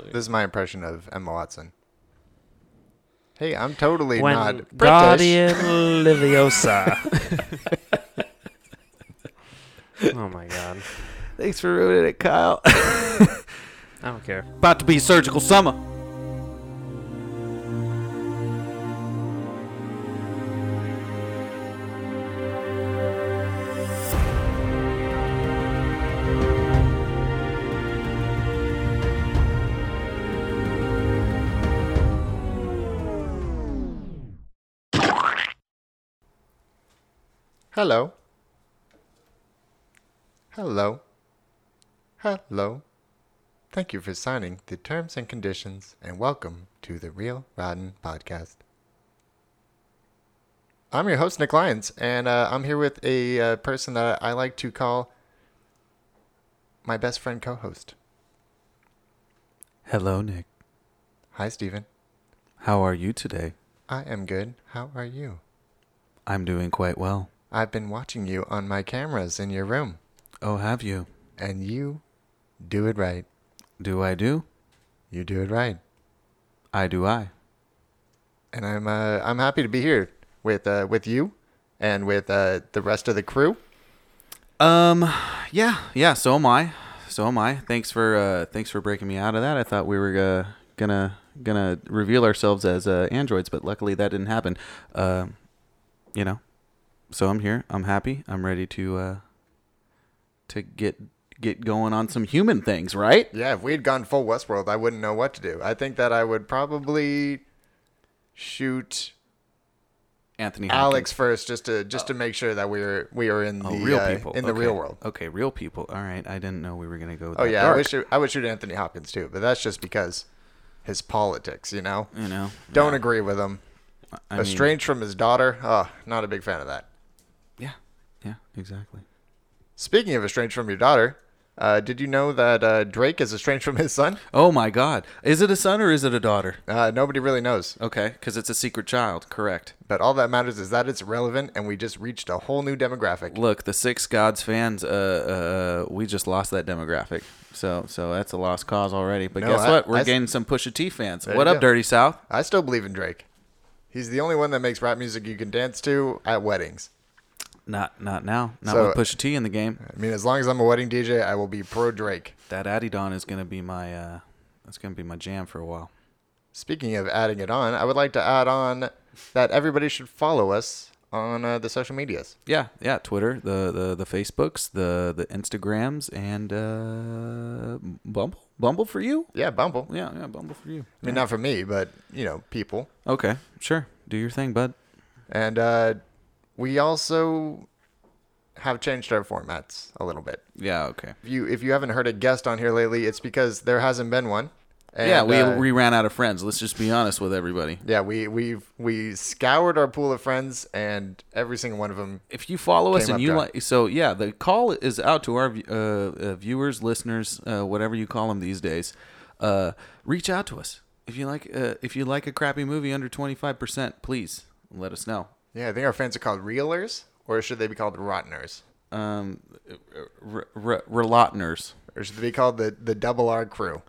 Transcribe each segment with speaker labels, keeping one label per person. Speaker 1: absolutely.
Speaker 2: This is my impression of Emma Watson. Hey, I'm totally
Speaker 3: When
Speaker 2: not British.
Speaker 3: Guardian Liviosa. oh my god.
Speaker 2: Thanks for ruining it, Kyle.
Speaker 3: I don't care.
Speaker 1: About to be surgical summer.
Speaker 2: Hello. Hello. Hello. Thank you for signing the terms and conditions and welcome to the Real Rodden Podcast. I'm your host, Nick Lyons, and uh, I'm here with a uh, person that I like to call my best friend co host.
Speaker 1: Hello, Nick.
Speaker 2: Hi, Steven.
Speaker 1: How are you today?
Speaker 2: I am good. How are you?
Speaker 1: I'm doing quite well.
Speaker 2: I've been watching you on my cameras in your room,
Speaker 1: Oh, have you?
Speaker 2: and you do it right.
Speaker 1: Do I do?
Speaker 2: You do it right.
Speaker 1: I do I.
Speaker 2: and I'm uh, I'm happy to be here with uh, with you and with uh, the rest of the crew.
Speaker 1: Um, yeah, yeah. So am I. So am I. Thanks for uh, thanks for breaking me out of that. I thought we were uh, gonna gonna reveal ourselves as uh, androids, but luckily that didn't happen. Um, you know. So I'm here. I'm happy. I'm ready to uh, to get get going on some human things, right?
Speaker 2: Yeah, if we had gone full Westworld, I wouldn't know what to do. I think that I would probably shoot
Speaker 1: Anthony
Speaker 2: Alex first just to just to make sure that we are we are in the
Speaker 1: Hopkins. Oh, real
Speaker 2: uh,
Speaker 1: people
Speaker 2: in the
Speaker 1: Okay.
Speaker 2: real world.
Speaker 1: Okay, real people. All right. I didn't know we were gonna go.
Speaker 2: Oh
Speaker 1: that
Speaker 2: yeah, I
Speaker 1: dark,
Speaker 2: would shoot I would shoot Anthony Hopkins too, but that's just because his politics, you know.
Speaker 1: You know.
Speaker 2: Don't agree with him.
Speaker 1: I mean,
Speaker 2: Estranged from his daughter. Oh, not a big fan of that.
Speaker 1: Yeah. Yeah. Exactly.
Speaker 2: Speaking of estranged from your daughter, uh, did you know that uh, Drake is estranged from his son?
Speaker 1: Oh my God! Is it a son or is it a daughter?
Speaker 2: Uh, nobody really knows.
Speaker 1: Okay, because it's a secret child, correct.
Speaker 2: But all that matters is that it's relevant, and we just reached a whole new demographic.
Speaker 1: Look, the Six Gods fans, uh, uh, we just lost that demographic. So, so that's a lost cause already. But
Speaker 2: No,
Speaker 1: guess
Speaker 2: I-
Speaker 1: what? We're
Speaker 2: I s-
Speaker 1: gaining some Pusha T fans.
Speaker 2: There
Speaker 1: What
Speaker 2: you
Speaker 1: up,
Speaker 2: go.
Speaker 1: Dirty South?
Speaker 2: I still believe in Drake. He's the only one that makes rap music you can dance to at weddings.
Speaker 1: Not, not now. Not
Speaker 2: So-
Speaker 1: with Pusha T in the game.
Speaker 2: I mean, as long as I'm a wedding DJ, I will be pro Drake.
Speaker 1: That Adidon is gonna be my, uh, that's gonna be my jam for a while.
Speaker 2: Speaking of adding it on, I would like to add on that everybody should follow us on uh, the social medias.
Speaker 1: Yeah, yeah. Twitter, the the the Facebooks, the the Instagrams, and uh, Bumble, Bumble for you.
Speaker 2: Yeah, Bumble.
Speaker 1: Yeah, yeah, Bumble for you.
Speaker 2: I mean, not for me, but you know, people.
Speaker 1: Okay, sure. Do your thing, bud.
Speaker 2: And uh, we also have changed our formats a little bit.
Speaker 1: Yeah, okay.
Speaker 2: If you if you haven't heard a guest on here lately, it's because there hasn't been one. And,
Speaker 1: yeah, we,
Speaker 2: uh,
Speaker 1: we ran out of friends. Let's just be honest with everybody.
Speaker 2: yeah we we've we scoured our pool of friends, and every single one of them.
Speaker 1: If you follow us
Speaker 2: Came up
Speaker 1: and you
Speaker 2: dry.
Speaker 1: like, so yeah, the call is out to our uh, uh, viewers, listeners, uh, whatever you call them these days. Uh, reach out to us if you like. Uh, if you like a crappy movie under twenty five percent, please let us know.
Speaker 2: Yeah, I think our fans are called reelers, or should they be called rotteners,
Speaker 1: Um, r- r- relotners.
Speaker 2: or should they be called the the double R crew?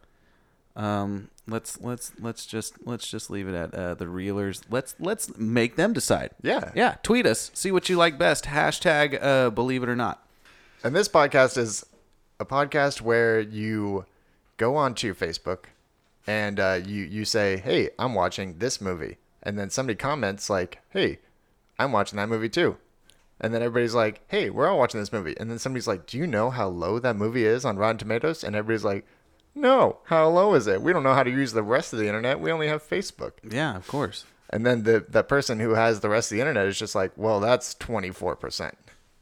Speaker 1: Um, let's let's let's just let's just leave it at uh, the reelers. Let's let's make them decide.
Speaker 2: Yeah.
Speaker 1: yeah. Tweet us. See what you like best. Hashtag uh, believe it or not.
Speaker 2: And this podcast is a podcast where you go onto Facebook and uh, you you say, "Hey, I'm watching this movie," and then somebody comments like, "Hey, I'm watching that movie too." And then everybody's like, "Hey, we're all watching this movie." And then somebody's like, "Do you know how low that movie is on Rotten Tomatoes?" And everybody's like, "No, how low is it? We don't know how to use the rest of the internet. We only have Facebook."
Speaker 1: Yeah, of course.
Speaker 2: And then the that person who has the rest of the internet is just like, well, that's 24%.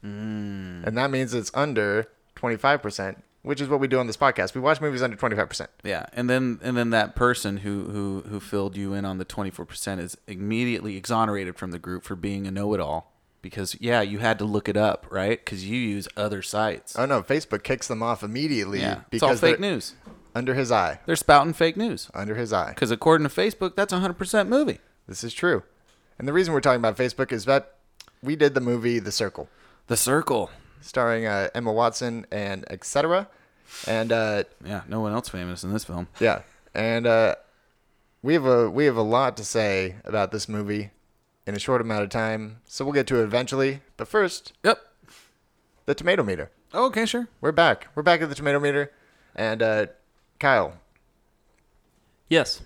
Speaker 1: Hmm.
Speaker 2: And that means it's under 25%, which is what we do on this podcast. We watch movies under 25%.
Speaker 1: Yeah, and then and then that person who who who filled you in on the twenty four percent is immediately exonerated from the group for being a know it all because yeah, you had to look it up, right? Because you use other sites.
Speaker 2: Oh no, Facebook kicks them off immediately
Speaker 1: yeah, it's all
Speaker 2: because
Speaker 1: fake
Speaker 2: they're-
Speaker 1: news.
Speaker 2: under his eye.
Speaker 1: They're spouting fake news
Speaker 2: Under his eye.
Speaker 1: because according to Facebook, that's a hundred percent movie.
Speaker 2: This is true. And the reason we're talking about Facebook is that we did the movie The Circle,
Speaker 1: The Circle.
Speaker 2: starring uh, Emma Watson and etc. And uh,
Speaker 1: Yeah, no one else famous in this film.
Speaker 2: yeah, and uh, we have a we have a lot to say about this movie in a short amount of time, so we'll get to it eventually. But first,
Speaker 1: Yep. Oh,
Speaker 2: the tomato meter.
Speaker 1: Okay, sure.
Speaker 2: We're back. We're back at the tomato meter, and uh, Kyle,
Speaker 3: Yes.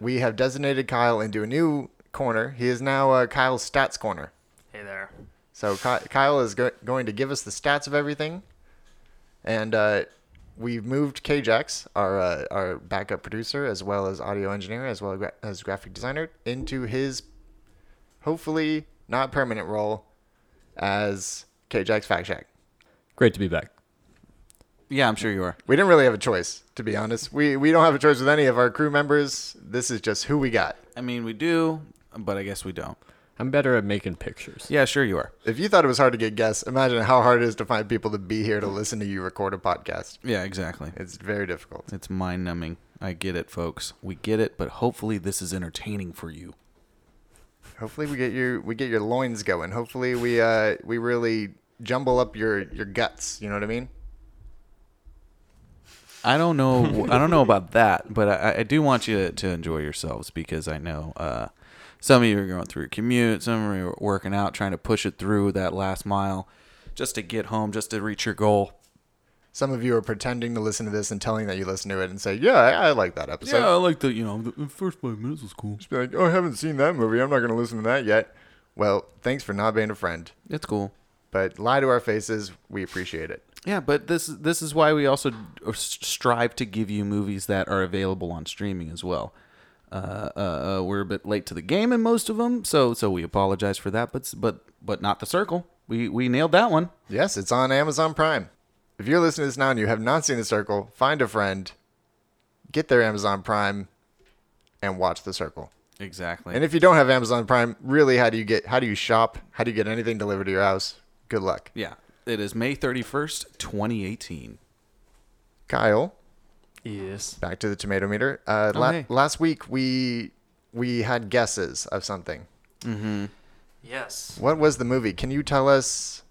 Speaker 2: we have designated Kyle into a new corner. He is now uh, Kyle's stats corner.
Speaker 3: Hey there.
Speaker 2: So Ky- Kyle is go- going to give us the stats of everything, and uh, we've moved KJax, our uh, our backup producer, as well as audio engineer, as well gra- as graphic designer, into his hopefully not permanent role as KJax Fact Check.
Speaker 4: Great to be back.
Speaker 1: Yeah, I'm sure you are.
Speaker 2: We didn't really have a choice, to be honest. We we don't have a choice with any of our crew members. This is just who we got.
Speaker 1: I mean, we do, but I guess we don't.
Speaker 4: I'm better at making pictures.
Speaker 1: Yeah, sure you are.
Speaker 2: If you thought it was hard to get guests, imagine how hard it is to find people to be here to listen to you record a podcast.
Speaker 1: Yeah, exactly.
Speaker 2: It's very difficult.
Speaker 1: It's mind numbing. I get it, folks. We get it, but hopefully this is entertaining for you.
Speaker 2: Hopefully we get your we get your loins going. Hopefully we uh we really jumble up your your guts. You know what I mean?
Speaker 1: I don't know. I don't know about that, but I, I do want you to, to enjoy yourselves because I know uh, some of you are going through a commute, some of you are working out, trying to push it through that last mile, just to get home, just to reach your goal.
Speaker 2: Some of you are pretending to listen to this and telling that you listen to it and say, "Yeah, I, I like that episode."
Speaker 1: I like the you know the first five minutes was cool.
Speaker 2: Just be like, "Oh, I haven't seen that movie. I'm not going to listen to that yet." Well, thanks for not being a friend,
Speaker 1: It's cool.
Speaker 2: but lie to our faces. We appreciate it.
Speaker 1: Yeah, but this this is why we also strive to give you movies that are available on streaming as well. Uh, uh, uh, we're a bit late to the game in most of them, so so we apologize for that. But s- but but not the circle. We we nailed that one.
Speaker 2: Yes, it's on Amazon Prime. If you're listening to this now and you have not seen The Circle, find a friend, get their Amazon Prime, and watch The Circle.
Speaker 1: Exactly.
Speaker 2: And if you don't have Amazon Prime, really, how do you get? How do you shop? How do you get anything delivered to your house? Good luck,
Speaker 1: yeah, it is May thirty first, twenty eighteen.
Speaker 2: Kyle.
Speaker 3: Yes.
Speaker 2: Back to the tomato meter. Uh, la-
Speaker 1: Okay.
Speaker 2: Last week we we had guesses of something.
Speaker 1: Mm-hmm.
Speaker 3: Yes.
Speaker 2: What was the movie? Can you tell us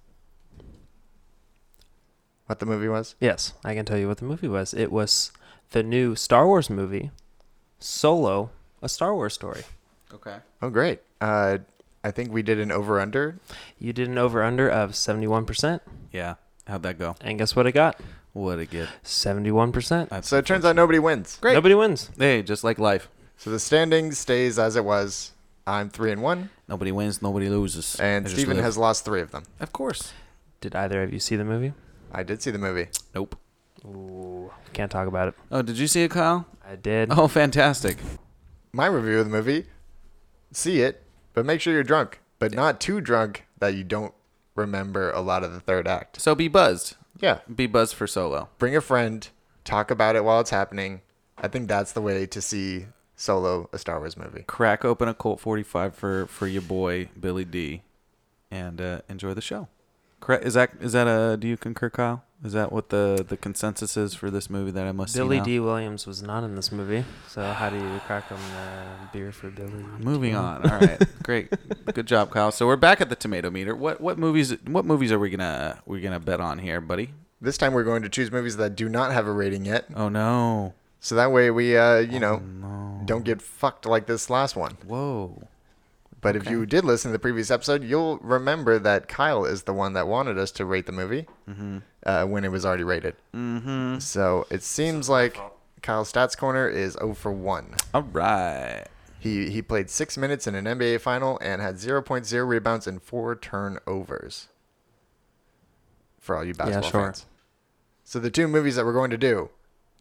Speaker 2: what the movie was?
Speaker 3: Yes, I can tell you what the movie was. It was the new Star Wars movie, Solo, a Star Wars story.
Speaker 1: Okay.
Speaker 2: Oh, great. Uh, I think we did an over under.
Speaker 3: You did an over under of 71%,
Speaker 1: Yeah. How'd that go?
Speaker 3: and guess what I got?
Speaker 1: What a get.
Speaker 3: 71%.
Speaker 1: I-
Speaker 2: So it turns out nobody wins.
Speaker 1: Great.
Speaker 3: Nobody wins.
Speaker 1: Hey, just like life,
Speaker 2: So the standing stays as it was. I'm three and one,
Speaker 1: nobody wins, nobody loses.
Speaker 2: and
Speaker 1: I just
Speaker 2: Steven
Speaker 1: live.
Speaker 2: has lost three of them.
Speaker 1: of course.
Speaker 3: Did either of you see the movie?
Speaker 2: I did see the movie.
Speaker 1: Nope.
Speaker 3: Ooh, can't talk about it.
Speaker 1: Oh, did you see it, Kyle?
Speaker 3: I did.
Speaker 1: Oh, fantastic.
Speaker 2: my review of the movie see it but make sure you're drunk but not too drunk that you don't remember a lot of the third act
Speaker 1: So be buzzed.
Speaker 2: yeah
Speaker 1: Be buzzed for solo.
Speaker 2: bring a friend talk about it while it's happening i think that's the way to see solo a star wars movie
Speaker 1: crack open a Colt 45 for for your boy Billy D, and uh, enjoy the show. Correct? Is that is that a? Do you concur, Kyle? Is that what the the consensus is for this movie that I must see
Speaker 3: Billy
Speaker 1: now?
Speaker 3: D. Williams was not in this movie, so how do you crack on the beer for Billy?
Speaker 1: Moving on. All right, great, good job, Kyle. So we're back at the tomato meter. What what movies what movies are we gonna we gonna bet on here, buddy?
Speaker 2: this time we're going to choose movies that do not have a rating yet
Speaker 1: Oh no!
Speaker 2: so that way we uh you know
Speaker 1: no.
Speaker 2: don't get fucked like this last one
Speaker 1: Whoa!
Speaker 2: but if you did listen to the previous episode you'll remember that kyle is the one that wanted us to rate the movie uh, when it was already rated
Speaker 1: Mm-hmm.
Speaker 2: So it seems like Kyle's stats corner is 0 for 1.
Speaker 1: All right.
Speaker 2: He he played six minutes in an NBA final and had 0.0 rebounds and four turnovers. For all you basketball
Speaker 3: sure.
Speaker 2: fans. So the two movies that we're going to do.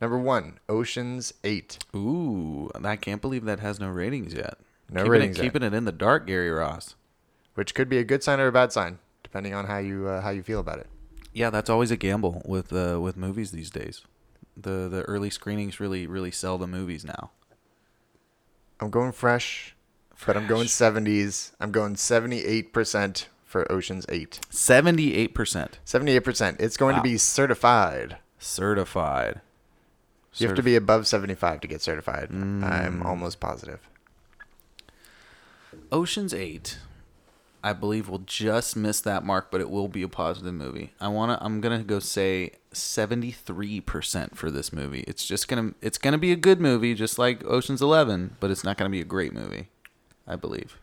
Speaker 2: Number one, Ocean's Eight.
Speaker 1: Ooh, I can't believe that has no ratings yet.
Speaker 2: No
Speaker 1: keeping
Speaker 2: ratings
Speaker 1: It,
Speaker 2: yet.
Speaker 1: keeping it in the dark, Gary Ross.
Speaker 2: which could be a good sign or a bad sign, depending on how you uh, how you feel about it.
Speaker 1: Yeah, that's always a gamble with uh, with movies these days. The the early screenings really really sell the movies now.
Speaker 2: I'm going fresh, but I'm going 70s. I'm going 78% for Ocean's Eight.
Speaker 1: Seventy eight percent
Speaker 2: 78%. It's going
Speaker 1: Wow.
Speaker 2: to be certified.
Speaker 1: certified.
Speaker 2: You have to
Speaker 1: Certif-
Speaker 2: be above 75 to get certified.
Speaker 1: Mm.
Speaker 2: I'm almost positive.
Speaker 1: Ocean's Eight. I believe will just miss that mark, but it will be a positive movie. I wanna I'm gonna go say seventy three percent for this movie. It's just gonna it's gonna be a good movie, just like Ocean's Eleven, but it's not gonna be a great movie, I believe.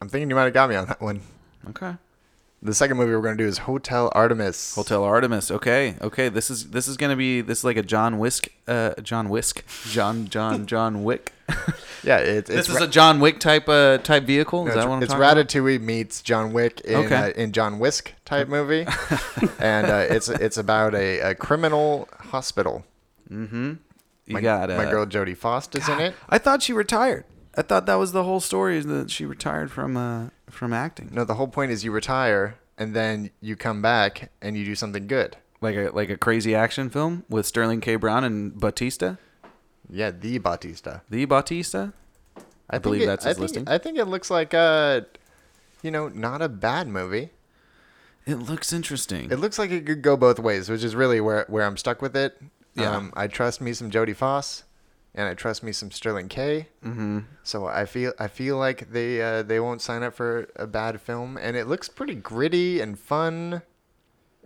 Speaker 2: I'm thinking you might have got me on that one.
Speaker 1: Okay.
Speaker 2: The second movie we're going to do is Hotel Artemis.
Speaker 1: Hotel Artemis. Okay, okay. This is this is gonna be this is like a John Wisk, uh, John Wisk, John John John Wick.
Speaker 2: Yeah, it, it's
Speaker 1: this is
Speaker 2: ra-
Speaker 1: a John Wick type uh type vehicle. Is
Speaker 2: it's,
Speaker 1: that what I'm
Speaker 2: it's
Speaker 1: talking about?
Speaker 2: Ratatouille meets John Wick in,
Speaker 1: Okay.
Speaker 2: uh, in John Wisk type movie, and uh, it's it's about a, a criminal hospital.
Speaker 1: Mm-hmm. You got uh,
Speaker 2: my girl Jodie Foster's in it.
Speaker 1: I thought she retired. I thought that was the whole story is that she retired from uh from acting.
Speaker 2: No, the whole point is you retire and then you come back and you do something good.
Speaker 1: Like a like a crazy action film with Sterling K. Brown and Batista,
Speaker 2: Yeah, the Bautista.
Speaker 1: the Batista.
Speaker 2: I, think
Speaker 1: believe
Speaker 2: it-
Speaker 1: that's
Speaker 2: I
Speaker 1: his
Speaker 2: think-
Speaker 1: listing.
Speaker 2: I think it looks like uh you know, not a bad movie.
Speaker 1: It looks interesting.
Speaker 2: It looks like it could go both ways, which is really where where I'm stuck with it.
Speaker 1: Yeah.
Speaker 2: Um, I trust me some Jodie Foss, and I trust me some Sterling K. Mm-hmm. So I feel I feel like they uh, they won't sign up for a bad film, and it looks pretty gritty and fun.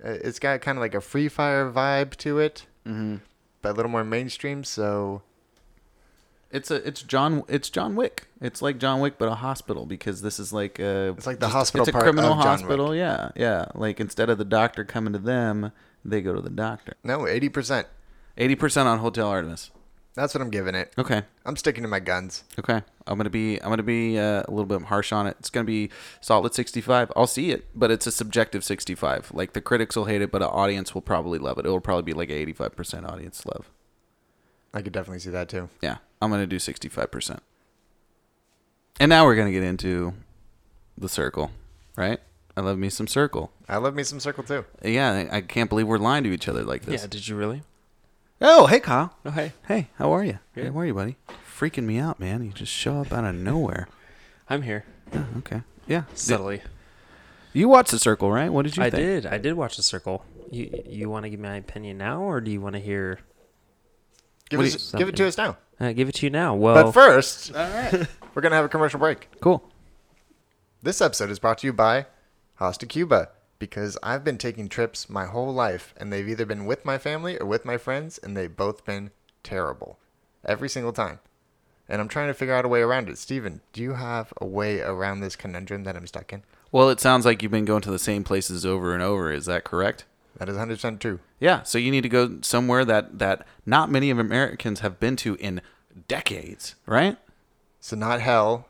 Speaker 2: Uh, It's got kind of like a free fire vibe to it, mm-hmm. but a little more mainstream. So
Speaker 1: it's a it's John it's John Wick. It's like John Wick but a hospital because this is like a
Speaker 2: It's like the hospital
Speaker 1: It's a
Speaker 2: part
Speaker 1: criminal
Speaker 2: of John Wick.
Speaker 1: hospital. Yeah, yeah. Like instead of the doctor coming to them, they go to the doctor.
Speaker 2: no, eighty percent.
Speaker 1: Eighty percent on Hotel Artemis.
Speaker 2: That's what I'm giving it.
Speaker 1: Okay,
Speaker 2: I'm sticking to my guns.
Speaker 1: okay. I'm gonna be I'm gonna be uh, a little bit harsh on it. It's gonna be solid sixty five. I'll see it, but it's a subjective sixty five. Like the critics will hate it, but an audience will probably love it. It will probably be like eighty five percent audience love.
Speaker 2: I could definitely see that too.
Speaker 1: Yeah, I'm gonna do sixty five percent. And now we're gonna get into the circle, right? I love me some circle.
Speaker 2: I love me some Circle too.
Speaker 1: Yeah, I- I can't believe we're lying to each other like this.
Speaker 3: Yeah, did you really?
Speaker 1: Oh, hey, Kyle.
Speaker 3: Oh, hey.
Speaker 1: Hey, how are you?
Speaker 3: Good.
Speaker 1: How are you, buddy? Freaking me out, man. You just show up out of nowhere.
Speaker 3: I'm here.
Speaker 1: Oh, okay. Yeah.
Speaker 3: Subtly.
Speaker 1: You watched The Circle, right? What did you
Speaker 3: I
Speaker 1: think?
Speaker 3: did. I did watch The Circle. You you want to give my opinion now, or do you want to hear?
Speaker 2: Give,
Speaker 1: What do
Speaker 2: us,
Speaker 3: you-
Speaker 2: give it to us now.
Speaker 3: Uh, give it to you now. Well,
Speaker 2: But first, all right, we're gonna have a commercial break.
Speaker 1: Cool.
Speaker 2: This episode is brought to you by Hasta Cuba because I've been taking trips my whole life and they've either been with my family or with my friends and they've both been terrible every single time. And I'm trying to figure out a way around it. Steven, do you have a way around this conundrum that I'm stuck in?
Speaker 1: Well, it sounds like you've been going to the same places over and over. Is that correct?
Speaker 2: That is 100% true.
Speaker 1: Yeah. So you need to go somewhere that that not many of Americans have been to in decades, right?
Speaker 2: So not hell,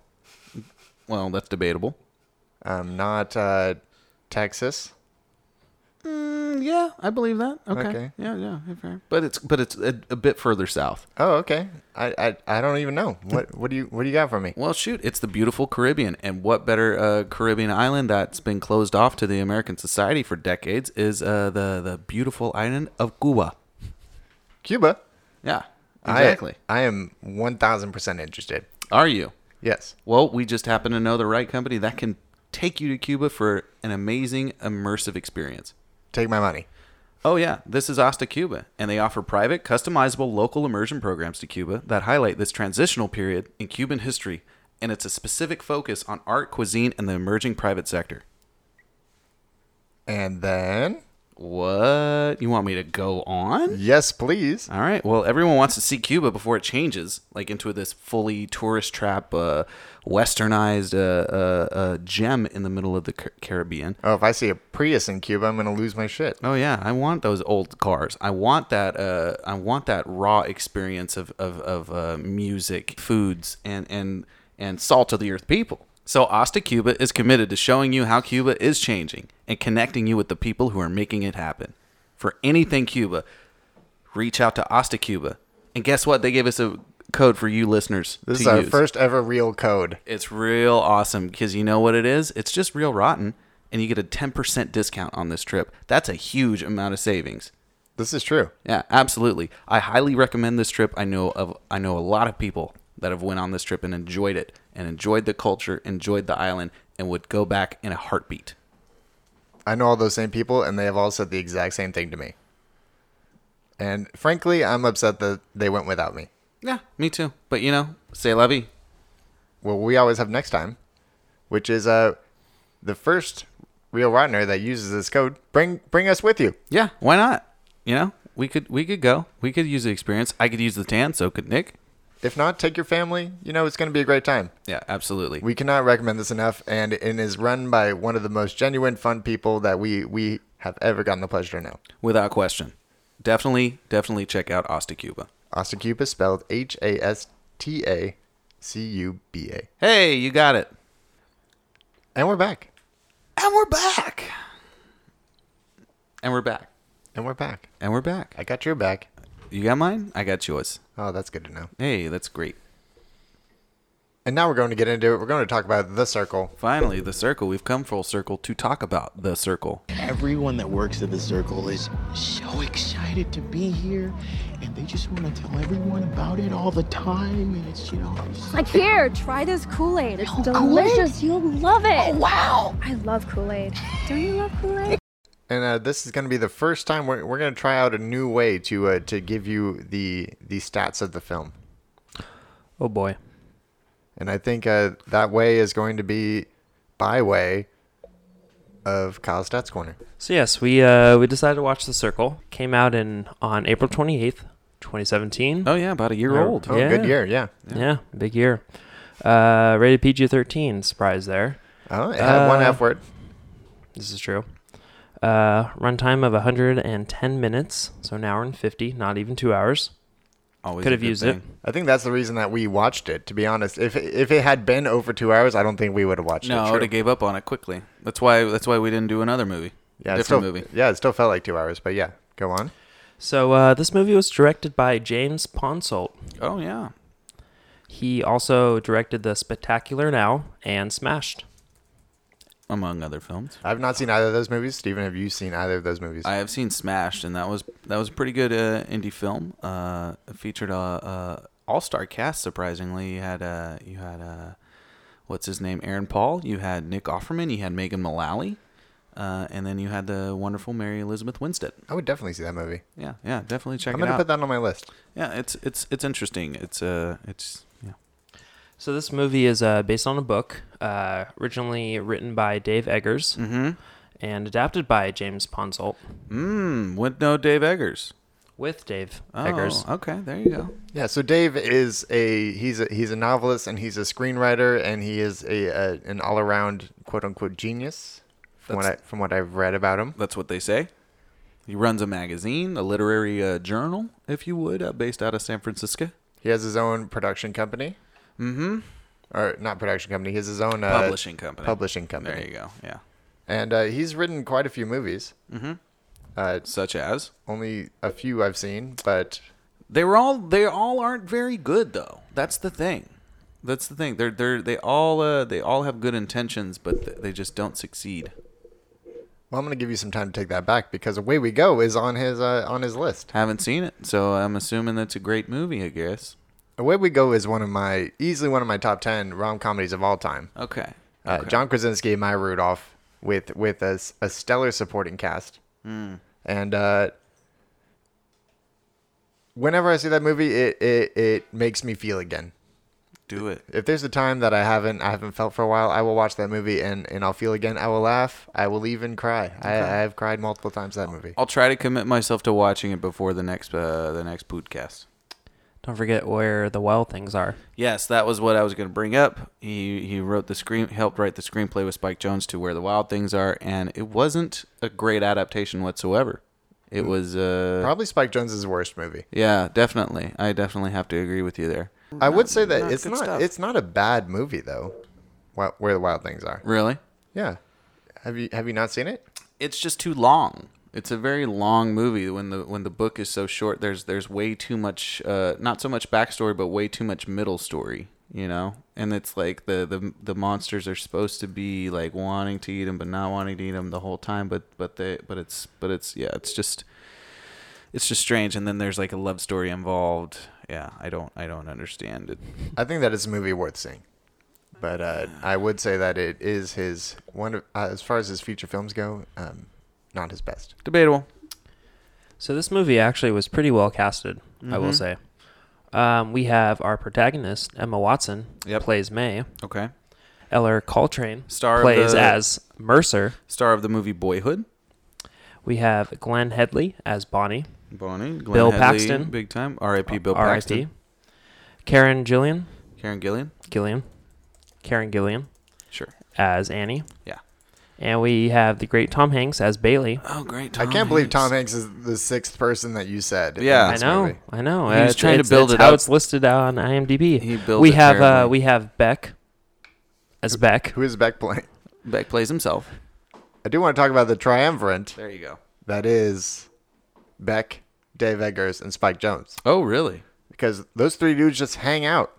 Speaker 1: Well, that's debatable.
Speaker 2: um, not uh, Texas.
Speaker 1: Mm, yeah, I believe that. Okay.
Speaker 2: Okay.
Speaker 1: Yeah, yeah, yeah, fair. But it's but it's a, a bit further south.
Speaker 2: Oh, okay. I, I I don't even know.
Speaker 1: Hmm.
Speaker 2: What what do you what do you got for me?
Speaker 1: Well, shoot, it's the beautiful Caribbean, and what better uh, Caribbean island that's been closed off to the American society for decades is uh, the the beautiful island of Cuba.
Speaker 2: Cuba.
Speaker 1: Yeah,
Speaker 2: I-
Speaker 1: exactly.
Speaker 2: I, am 1000% interested.
Speaker 1: Are you?
Speaker 2: Yes.
Speaker 1: Well, we just happen to know the right company that can take you to Cuba for an amazing immersive experience.
Speaker 2: Take my money.
Speaker 1: Oh, yeah. This is Asta Cuba, and they offer private, customizable local immersion programs to Cuba that highlight this transitional period in Cuban history, and it's a specific focus on art, cuisine, and the emerging private sector.
Speaker 2: And then,
Speaker 1: What? You want me to go on?
Speaker 2: yes, please.
Speaker 1: All right. Well, everyone wants to see Cuba before it changes, like into this fully tourist trap, uh, westernized uh, uh, uh, gem in the middle of the Car- Caribbean.
Speaker 2: Oh, if I see a Prius in Cuba, I'm gonna lose my shit.
Speaker 1: Oh yeah, I want those old cars. I want that. Uh, I want that raw experience of of, of uh, music, foods, and and and salt of the earth people. So Asta Cuba is committed to showing you how Cuba is changing and connecting you with the people who are making it happen. For anything Cuba, reach out to Asta Cuba. And guess what? They gave us a code for you listeners.
Speaker 2: This
Speaker 1: to
Speaker 2: is our
Speaker 1: use.
Speaker 2: first ever real code.
Speaker 1: It's real awesome because you know what it is? It's just real rotten, and you get a 10% discount on this trip. That's a huge amount of savings.
Speaker 2: This is true.
Speaker 1: Yeah, absolutely. I highly recommend this trip. I know of I know a lot of people that have went on this trip and enjoyed it and enjoyed the culture, enjoyed the island, and would go back in a heartbeat.
Speaker 2: I know all those same people, and they have all said the exact same thing to me. And frankly, I'm upset that they went without me.
Speaker 1: Yeah, me too. But you know, say lovey.
Speaker 2: Well, we always have next time. which is uh, the first real Rotner that uses this code. Bring bring us with you.
Speaker 1: Yeah, why not? You know, we could we could go. We could use the experience. I could use the tan. So could Nick.
Speaker 2: If not, take your family. You know it's going to be a great time.
Speaker 1: Yeah, absolutely.
Speaker 2: We cannot recommend this enough, and it is run by one of the most genuine, fun people that we we have ever gotten the pleasure to know.
Speaker 1: Without question. Definitely, definitely check out Asta Cuba.
Speaker 2: Asta Cuba is spelled H A S T A C U B A.
Speaker 1: Hey, you got it.
Speaker 2: And we're back.
Speaker 1: And we're back. And we're back.
Speaker 2: And we're back.
Speaker 1: And we're back.
Speaker 2: I got your back.
Speaker 1: You got mine? I got yours.
Speaker 2: Oh, that's good to know.
Speaker 1: Hey, that's great.
Speaker 2: And now we're going to get into it. We're going to talk about the circle.
Speaker 1: Finally, the circle. We've come full circle to talk about the circle.
Speaker 5: Everyone that works at the circle is so excited to be here, and they just want to tell everyone about it all the time. And it's, you know, it's like,
Speaker 6: Like here, try this Kool-Aid. It's
Speaker 5: Kool-Aid?
Speaker 6: delicious. You'll love it.
Speaker 5: wow.
Speaker 6: I love Kool-Aid. Don't you love Kool-Aid?
Speaker 2: And uh, this is going to be the first time we're, we're going to try out a new way to uh, to give you the the stats of the film.
Speaker 3: Oh boy.
Speaker 2: And I think uh, that way is going to be by way of Kyle's Stats Corner.
Speaker 3: So yes, we uh, we decided to watch The Circle. Came out in on April twenty eighth, twenty seventeen.
Speaker 1: Oh yeah, about a year
Speaker 3: Oh.
Speaker 1: old.
Speaker 2: Oh, good year, yeah.
Speaker 3: yeah. big year. Uh, rated PG thirteen. Surprise there.
Speaker 2: Oh, it had one
Speaker 3: Uh,
Speaker 2: F word.
Speaker 3: This is true. Uh, runtime of 110 minutes, so an hour and 50, not even two hours.
Speaker 1: Always
Speaker 3: Could
Speaker 1: a
Speaker 3: have
Speaker 1: good
Speaker 3: used
Speaker 1: thing.
Speaker 3: it.
Speaker 2: I think that's the reason that we watched it. To be honest, if if it had been over two hours, I don't think we would have watched
Speaker 1: No,
Speaker 2: it.
Speaker 1: I would have gave up on it quickly. That's why. That's why we didn't do another movie.
Speaker 2: yeah,
Speaker 1: different
Speaker 2: it still,
Speaker 1: movie.
Speaker 2: Yeah, it still felt like two hours, but yeah, go on.
Speaker 3: So uh, this movie was directed by James Ponsult.
Speaker 1: Oh yeah,
Speaker 3: He also directed The Spectacular Now and Smashed.
Speaker 1: among other films.
Speaker 2: I've not seen either of those movies. Steven, have you seen either of those movies?
Speaker 1: I have seen Smashed, and that was that was a pretty good uh, indie film. Uh, it featured a, a all star cast. Surprisingly, you had uh, you had uh, what's his name, Aaron Paul. You had Nick Offerman. You had Megan Mullally, uh, and then you had the wonderful Mary Elizabeth Winstead.
Speaker 2: I would definitely see that movie.
Speaker 1: Yeah, yeah, definitely check
Speaker 2: I'm
Speaker 1: it
Speaker 2: gonna
Speaker 1: out.
Speaker 2: put that on my list.
Speaker 1: Yeah, it's it's it's interesting. It's uh, it's yeah.
Speaker 3: So this movie is uh, based on a book uh, originally written by Dave Eggers
Speaker 1: Mm-hmm.
Speaker 3: and adapted by James Ponsult
Speaker 1: Mm, with no Dave Eggers.
Speaker 3: with Dave
Speaker 1: Oh,
Speaker 3: Eggers.
Speaker 1: okay, there you go.
Speaker 2: Yeah, so Dave is a he's a he's a novelist and he's a screenwriter and he is a, a an all around quote unquote genius. From what I
Speaker 1: That's-
Speaker 2: from what I've read about him.
Speaker 1: That's what they say. He runs a magazine, a literary uh, journal, if you would, uh, based out of San Francisco.
Speaker 2: He has his own production company. Mm-hmm. Or not production company. He has his own uh,
Speaker 1: Publishing company.
Speaker 2: Publishing
Speaker 1: There
Speaker 2: company.
Speaker 1: you go. Yeah.
Speaker 2: And uh, he's written quite a few movies. Mm-hmm. Uh,
Speaker 1: Such as
Speaker 2: only a few I've seen, but
Speaker 1: they were all they all aren't very good though. That's the thing. That's the thing. They're they're they all uh, they all have good intentions, but th- they just don't succeed.
Speaker 2: well, I'm gonna give you some time to take that back because "Away We Go" is on his uh, on his list.
Speaker 1: Haven't seen it, so I'm assuming that's a great movie. I guess.
Speaker 2: "Away We Go" is one of my easily one of my top ten rom comedies of all time.
Speaker 1: Okay.
Speaker 2: Uh, John Krasinski and Maya Rudolph with with a, s- a stellar supporting cast.
Speaker 1: Hmm.
Speaker 2: And uh, whenever I see that movie, it, it it makes me feel again.
Speaker 1: Do it.
Speaker 2: If there's a time that I haven't I haven't felt for a while, I will watch that movie and, and I'll feel again. I will laugh. I will even cry. I, I have cried multiple times that movie.
Speaker 1: I'll try to commit myself to watching it before the next uh, the next podcast.
Speaker 3: Don't forget where the wild things are.
Speaker 1: Yes, that was what I was going to bring up. He he wrote the screen, helped write the screenplay with Spike Jones to Where the Wild Things Are, and it wasn't a great adaptation whatsoever. It was, uh,
Speaker 2: Probably Spike Jones's worst movie.
Speaker 1: yeah, definitely. I definitely have to agree with you there.
Speaker 2: I would say that
Speaker 1: not
Speaker 2: it's
Speaker 1: good
Speaker 2: not
Speaker 1: stuff.
Speaker 2: it's not a bad movie though. Wh- Where the Wild Things Are.
Speaker 1: Really,
Speaker 2: Yeah. Have you have you not seen it?
Speaker 1: it's just too long. It's a very long movie. When the when the book is so short, there's there's way too much, uh, not so much backstory, but way too much middle story. You know, and it's like the the the monsters are supposed to be like wanting to eat them, but not wanting to eat them the whole time. But but they but it's but it's yeah, it's just it's just strange. And then there's like a love story involved. Yeah, I don't I don't understand it.
Speaker 2: I think that it's a movie worth seeing. But uh, I would say that it is his one of, uh, as far as his feature films go, um, not his best.
Speaker 1: Debatable.
Speaker 3: So this movie actually was pretty well casted, I
Speaker 1: Mm-hmm.
Speaker 3: will say. Um, we have our protagonist Emma Watson
Speaker 1: Yep.
Speaker 3: plays May,
Speaker 1: Okay.
Speaker 3: Eller Coltrane
Speaker 1: Star of
Speaker 3: plays
Speaker 1: the-
Speaker 3: as Mercer.
Speaker 1: Star of the movie Boyhood.
Speaker 3: We have Glenn Headley as Bonnie.
Speaker 1: Bonnie. Glenn
Speaker 3: Bill
Speaker 1: Headley,
Speaker 3: Paxton.
Speaker 1: Big time. R.I.P. Bill
Speaker 3: R.I.P.
Speaker 1: Paxton.
Speaker 3: Karen Gillian,
Speaker 1: Karen Gillian.
Speaker 3: Gillian, Karen Gillian
Speaker 1: Sure.
Speaker 3: as Annie,
Speaker 1: Yeah.
Speaker 3: and we have the great Tom Hanks as Bailey.
Speaker 1: Oh, great.
Speaker 2: I can't believe Tom Hanks is the sixth person that you said. in
Speaker 1: Yeah.
Speaker 3: I
Speaker 2: this
Speaker 3: know,
Speaker 2: movie.
Speaker 3: I know.
Speaker 1: He was
Speaker 3: It's-
Speaker 1: trying to
Speaker 3: it's-
Speaker 1: build
Speaker 3: it's
Speaker 1: it
Speaker 3: how
Speaker 1: up.
Speaker 3: it's listed on IMDb.
Speaker 1: He built
Speaker 3: we
Speaker 1: it
Speaker 3: have uh,
Speaker 1: terribly.
Speaker 3: we have Beck as Beck.
Speaker 2: Who is Beck playing?
Speaker 1: Beck plays himself.
Speaker 2: I do want to talk about the triumvirate
Speaker 1: There you go.
Speaker 2: that is Beck, Dave Eggers, and Spike Jones
Speaker 1: Oh, really?
Speaker 2: because those three dudes just hang out.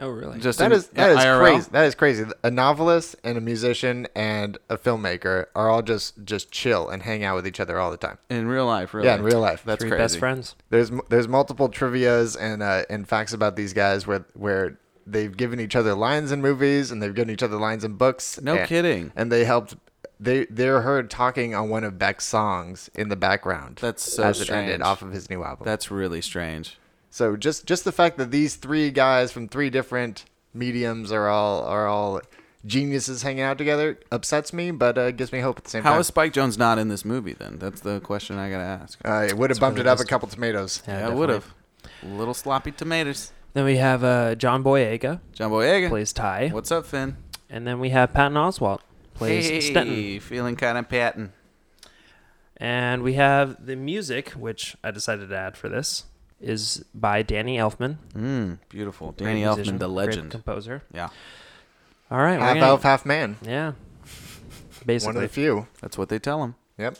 Speaker 3: Oh, really?
Speaker 1: Just
Speaker 2: That
Speaker 1: in-
Speaker 2: is that is
Speaker 1: IRL?
Speaker 2: crazy. That is crazy. A novelist and a musician and a filmmaker are all just just chill and hang out with each other all the time.
Speaker 1: in real life. Really?
Speaker 2: Yeah, in real life.
Speaker 1: That's
Speaker 3: Three
Speaker 1: crazy.
Speaker 3: best friends.
Speaker 2: There's m- there's multiple trivia's and uh, and facts about these guys where where they've given each other lines in movies and they've given each other lines in books.
Speaker 1: No
Speaker 2: and-
Speaker 1: kidding.
Speaker 2: And they helped. They they're heard talking on one of Beck's songs in the background.
Speaker 1: That's so
Speaker 2: as it ended
Speaker 1: strange.
Speaker 2: off of his new album.
Speaker 1: That's really strange.
Speaker 2: so just just the fact that these three guys from three different mediums are all are all geniuses hanging out together upsets me, but uh, gives me hope at the same
Speaker 1: How
Speaker 2: time.
Speaker 1: is Spike Jones not in this movie then? That's the question I gotta ask.
Speaker 2: uh, it would have bumped it
Speaker 3: really
Speaker 2: up a
Speaker 3: just-
Speaker 2: couple tomatoes.
Speaker 1: yeah, I would have. Little sloppy tomatoes.
Speaker 3: Then we have uh, John Boyega
Speaker 1: John Boyega.
Speaker 3: plays Ty,
Speaker 1: What's up, Finn?
Speaker 3: and then we have Patton Oswalt plays
Speaker 1: hey,
Speaker 3: Stenton,
Speaker 1: feeling kind of patent.
Speaker 3: and we have the music, which I decided to add for this, is by Danny Elfman.
Speaker 1: Mm, beautiful.
Speaker 3: Great
Speaker 1: Danny
Speaker 3: musician,
Speaker 1: Elfman, the
Speaker 3: great
Speaker 1: legend.
Speaker 3: composer.
Speaker 1: Yeah,
Speaker 3: All right, we're
Speaker 2: Half
Speaker 3: gonna-
Speaker 2: elf, half man.
Speaker 3: yeah,
Speaker 2: One of the
Speaker 3: basically
Speaker 2: few.
Speaker 1: that's what they tell him.
Speaker 2: Yep.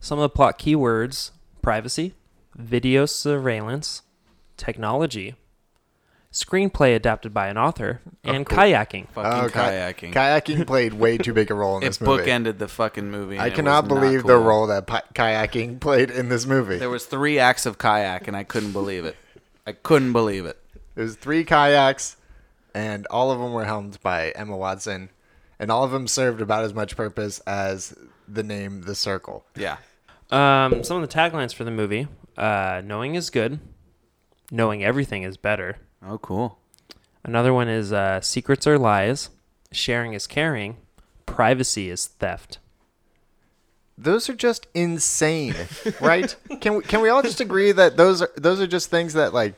Speaker 3: some of the plot keywords: privacy, video surveillance, technology, screenplay adapted by an author, and kayaking.
Speaker 1: Fucking
Speaker 2: Oh, ki-
Speaker 1: kayaking.
Speaker 2: Kayaking played way too big a role in
Speaker 1: it
Speaker 2: this movie.
Speaker 1: bookended the fucking movie.
Speaker 2: I
Speaker 1: and it
Speaker 2: cannot
Speaker 1: was not
Speaker 2: believe the
Speaker 1: cool.
Speaker 2: role that pi- kayaking played in this movie.
Speaker 1: There
Speaker 2: There
Speaker 1: was three acts of kayak, and I couldn't believe it. I couldn't believe it.
Speaker 2: was three kayaks, and all of them were helmed by Emma Watson, and all of them served about as much purpose as the name The Circle.
Speaker 1: Yeah.
Speaker 3: Um, some of the taglines for the movie: uh, "Knowing is good, knowing everything is better."
Speaker 1: Oh, cool.
Speaker 3: Another one is uh, "Secrets are lies, sharing is caring, privacy is theft."
Speaker 2: Those are just insane, right? Can we can we all just agree that those are those are just things that like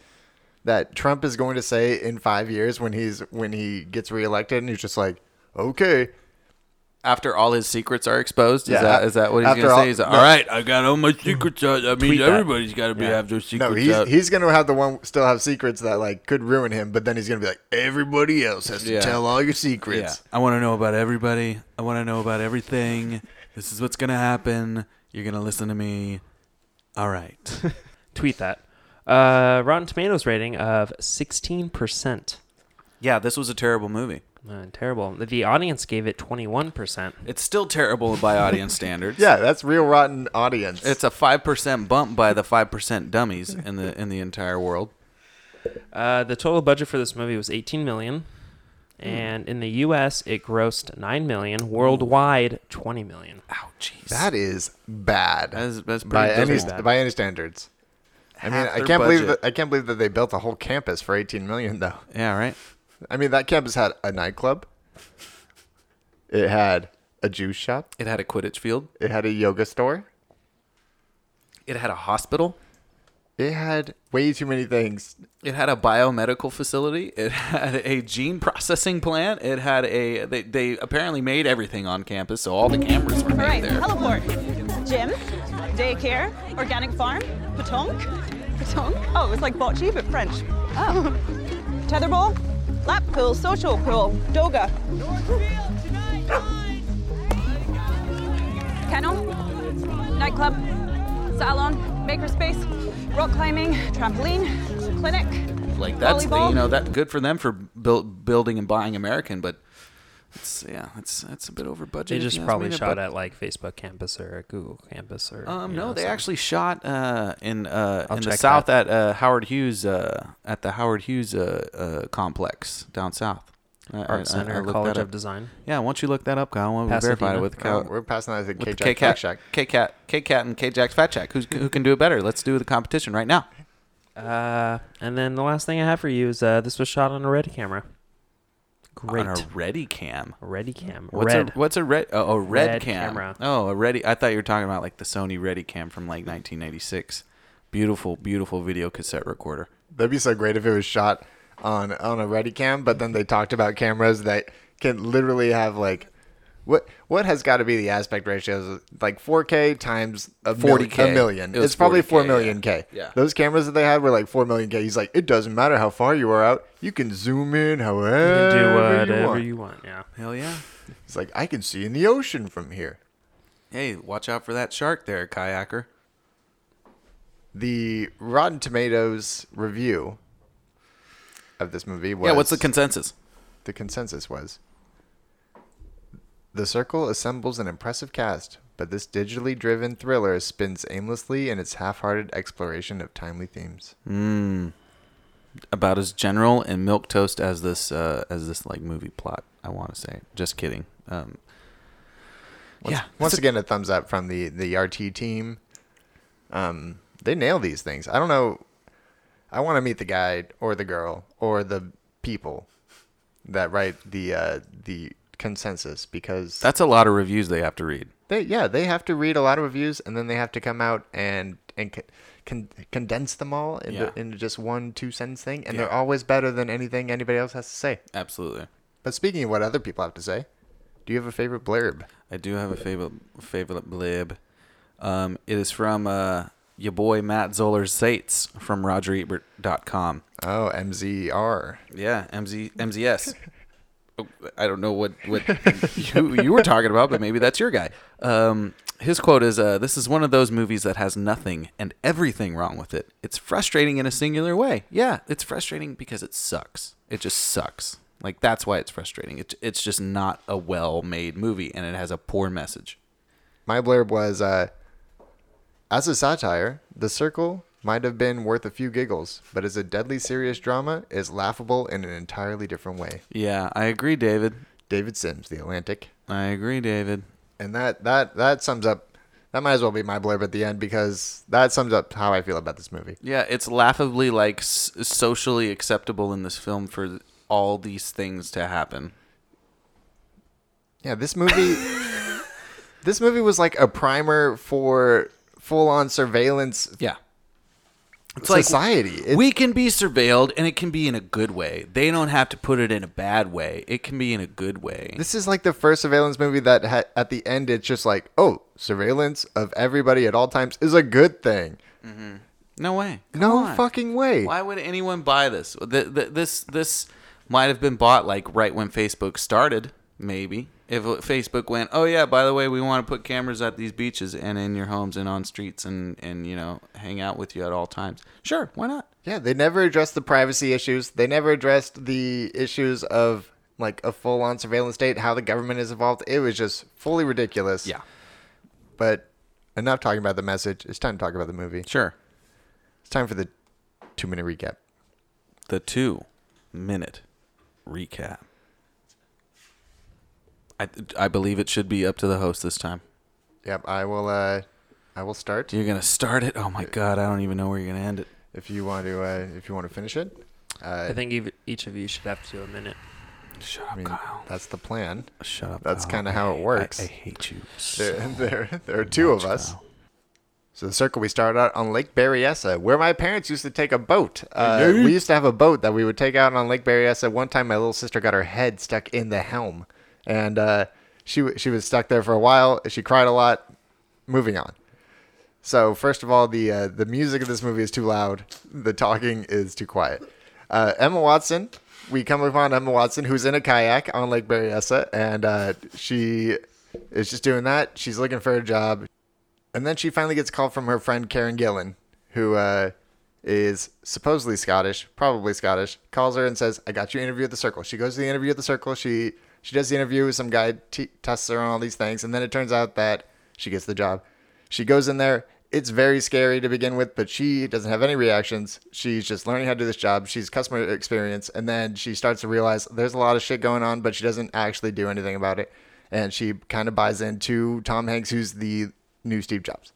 Speaker 2: that Trump is going to say in five years when he's when he gets reelected, and he's just like, okay,
Speaker 1: After all his secrets are exposed,
Speaker 2: Yeah,
Speaker 1: is that is that what he's
Speaker 2: after
Speaker 1: gonna
Speaker 2: all-
Speaker 1: say? He's like,
Speaker 2: no.
Speaker 1: all right, I got all my secrets out. That means
Speaker 3: that.
Speaker 1: everybody's got to be have their secrets
Speaker 2: No, he's
Speaker 1: out.
Speaker 2: he's gonna have the one still have secrets that like could ruin him, but then he's gonna be like, everybody else has to
Speaker 1: Yeah.
Speaker 2: tell all your
Speaker 1: yeah.
Speaker 2: secrets.
Speaker 1: I want to know about everybody. I want to know about everything. This is what's gonna happen. You're gonna listen to me. All right.
Speaker 3: Tweet that. Uh, Rotten Tomatoes rating of sixteen percent.
Speaker 1: yeah, this was a terrible movie.
Speaker 3: Uh, terrible. The audience gave it twenty-one percent.
Speaker 1: It's still terrible by audience standards.
Speaker 2: Yeah, that's real rotten audience.
Speaker 1: It's a five percent bump by the five percent dummies in the in the entire world.
Speaker 3: Uh, the total budget for this movie was eighteen million, and in the U.S. it grossed nine million. Worldwide, twenty million.
Speaker 1: Ow, jeez.
Speaker 2: that is bad.
Speaker 1: That is- that's pretty
Speaker 2: by any
Speaker 1: miserable.
Speaker 2: st- by any standards. I mean,
Speaker 1: Half
Speaker 2: I
Speaker 1: their
Speaker 2: can't believe
Speaker 1: budget.
Speaker 2: that I can't believe that they built a whole campus for 18 million though.
Speaker 1: yeah, right.
Speaker 2: I mean, that campus had a nightclub. It had a juice shop.
Speaker 1: It had a Quidditch field.
Speaker 2: It had a yoga store.
Speaker 1: It had a hospital.
Speaker 2: It had way too many things.
Speaker 1: It had a biomedical facility. It had a gene processing plant. It had a they, they apparently made everything on campus, so all the cameras were made
Speaker 7: All right,
Speaker 1: there.
Speaker 7: heliport. Gym, daycare, organic farm, patonk.
Speaker 6: Patonk?
Speaker 7: Oh, it's like bocce, but French. Oh. Tetherball, lap pool, social pool, doga.
Speaker 6: Kennel? Nightclub? Salon? Makerspace?
Speaker 7: Rock climbing, trampoline, clinic.
Speaker 1: Like that's the,
Speaker 7: Volleyball?
Speaker 1: you know that good for them for build, building and buying American, but it's yeah, it's that's a bit over budget.
Speaker 3: They
Speaker 1: if
Speaker 3: just
Speaker 1: you ask
Speaker 3: probably
Speaker 1: me to,
Speaker 3: shot
Speaker 1: but-
Speaker 3: at like Facebook campus or Google campus or.
Speaker 1: Um,
Speaker 3: you
Speaker 1: no,
Speaker 3: know,
Speaker 1: they
Speaker 3: some-
Speaker 1: actually shot uh, in uh,
Speaker 3: I'll
Speaker 1: in the
Speaker 3: check
Speaker 1: south
Speaker 3: that.
Speaker 1: at uh, Howard Hughes uh, at the Howard Hughes uh, uh, complex down south. I- I- I- I
Speaker 3: Art Center,
Speaker 1: looked
Speaker 3: College
Speaker 1: that
Speaker 3: of
Speaker 1: up.
Speaker 3: Design.
Speaker 1: Yeah, once you look that up, Kyle, we'll verify
Speaker 3: Pasadena.
Speaker 1: it with
Speaker 2: Oh,
Speaker 1: Kyle.
Speaker 2: we're passing that as a
Speaker 1: with
Speaker 2: K-Jack,
Speaker 1: K
Speaker 2: K-Jack.
Speaker 1: Cat, K Cat, K Cat, and K Jack's Fat Shack. Who's who can do it better? Let's do the competition right now.
Speaker 3: Uh, and then the last thing I have for you is uh, this was shot on a red camera. Great.
Speaker 1: on a ready cam.
Speaker 3: Ready cam.
Speaker 1: What's
Speaker 3: Red.
Speaker 1: a what's a red oh, a red,
Speaker 3: Red
Speaker 1: cam.
Speaker 3: camera.
Speaker 1: Oh, a ready I thought you were talking about like the Sony Ready cam from like 1996. Beautiful, beautiful video cassette recorder.
Speaker 2: That'd be so great if it was shot on on a ready cam, but then they talked about cameras that can literally have like what what has got to be the aspect ratios like 4K times a
Speaker 1: 40K.
Speaker 2: mil- a million.
Speaker 1: It was
Speaker 2: It's probably 4
Speaker 1: 40K,
Speaker 2: million
Speaker 1: yeah.
Speaker 2: K.
Speaker 1: Yeah.
Speaker 2: Those cameras that they had were like 4 million K. He's like, it doesn't matter how far you are out. You can zoom in
Speaker 3: You
Speaker 2: however
Speaker 3: can do whatever
Speaker 2: you want.
Speaker 3: you want. Yeah.
Speaker 1: Hell yeah.
Speaker 2: It's like I can see in the ocean from here.
Speaker 1: Hey, watch out for that shark there, kayaker.
Speaker 2: The Rotten Tomatoes review of this movie was
Speaker 1: Yeah, what's the consensus?
Speaker 2: the consensus was The Circle assembles an impressive cast, but this digitally driven thriller spins aimlessly in its half hearted exploration of timely themes.
Speaker 1: About as general and milk toast as this uh as this like movie plot, I want to say. Just kidding. Um Yeah.
Speaker 2: Once again, a thumbs up from the, the RT team. Um, they nail these things. I don't know. I want to meet the guy or the girl or the people that write the uh, the consensus because
Speaker 1: That's a lot of reviews they have to read.
Speaker 2: they yeah they have to read a lot of reviews and then they have to come out and and con- con- condense them all into,
Speaker 1: Yeah.
Speaker 2: into just one two sentence thing and
Speaker 1: Yeah.
Speaker 2: they're always better than anything anybody else has to say
Speaker 1: Absolutely.
Speaker 2: but speaking of what other people have to say do you have a favorite blurb
Speaker 1: I do have a favorite favorite blib. Um, it is from uh, your boy Matt Zoller Sates from RogerEbert.com.
Speaker 2: oh mzr
Speaker 1: Yeah, MZ MZS. Oh, I don't know what what you, you were talking about, but maybe that's your guy. Um, his quote is, uh, "This is one of those movies that has nothing and everything wrong with it. It's frustrating in a singular way. Yeah, it's frustrating because it sucks. It just sucks. Like that's why it's frustrating. It's it's just not a well made movie, and it has a poor message.
Speaker 2: my blurb was uh, as a satire the circle might have been worth a few giggles but as a deadly serious drama is laughable in an entirely different way
Speaker 1: Yeah, I agree, David.
Speaker 2: david sims the atlantic
Speaker 1: I agree, David.
Speaker 2: and that that that sums up that might as well be my blurb at the end because that sums up how I feel about this movie.
Speaker 1: Yeah, it's laughably like s- socially acceptable in this film for all these things to happen.
Speaker 2: Yeah, this movie this movie was like a primer for full on surveillance
Speaker 1: Yeah. It's
Speaker 2: society. It-
Speaker 1: like we can be surveilled and it can be in a good way. They don't have to put it in a bad way. It can be in a good way.
Speaker 2: this is like the first surveillance movie that ha- at the end it's just like, "Oh, surveillance of everybody at all times is a good thing."
Speaker 1: no way. Come
Speaker 2: no
Speaker 1: on.
Speaker 2: fucking way.
Speaker 1: Why would anyone buy this? Th th this this might have been bought like right when Facebook started, maybe. If Facebook went, oh yeah, by the way, we want to put cameras at these beaches and in your homes and on streets and and you know hang out with you at all times. Sure, why not?
Speaker 2: Yeah, they never addressed the privacy issues. They never addressed the issues of like a full on surveillance state, how the government is involved. It was just fully ridiculous. But enough talking about the message. It's time to talk about the movie.
Speaker 1: sure.
Speaker 2: It's time for the two minute recap.
Speaker 1: The two minute recap. I I believe it should be up to the host this time.
Speaker 2: Yep, I will uh I will start.
Speaker 1: You're gonna start it. Oh my god, I don't even know where you're gonna end it.
Speaker 2: If you want to uh if you want to finish it. Uh
Speaker 3: I think ev- each of you should have to do a minute.
Speaker 1: Shut
Speaker 2: I
Speaker 1: up,
Speaker 2: mean
Speaker 1: Kyle.
Speaker 2: that's the plan.
Speaker 1: Shut up.
Speaker 2: That's
Speaker 1: Kyle.
Speaker 2: kinda how it
Speaker 1: I-
Speaker 2: works.
Speaker 1: I, I hate you.
Speaker 2: There, there, there are two of us. So the circle we started out on Lake Berryessa, where my parents used to take a boat. Uh, we used to have a boat that we would take out on Lake Berryessa. One time, my little sister got her head stuck in the helm, and uh, she w- she was stuck there for a while. She cried a lot. Moving on. So first of all, the uh, the music of this movie is too loud. The talking is too quiet. Uh, Emma Watson. We come upon Emma Watson, who's in a kayak on Lake Berryessa, and uh, she is just doing that. She's looking for a job. And then she finally gets a call from her friend Karen Gillan, who uh, is supposedly Scottish, probably Scottish. Calls her and says, "I got you interview at the Circle." She goes to the interview at the Circle. She she does the interview with some guy, t- tests her on all these things, and then it turns out that she gets the job. She goes in there. It's very scary to begin with, but she doesn't have any reactions. She's just learning how to do this job. She's customer experience, and then she starts to realize there's a lot of shit going on, but she doesn't actually do anything about it. And she kind of buys into Tom Hanks, who's the new Steve Jobs.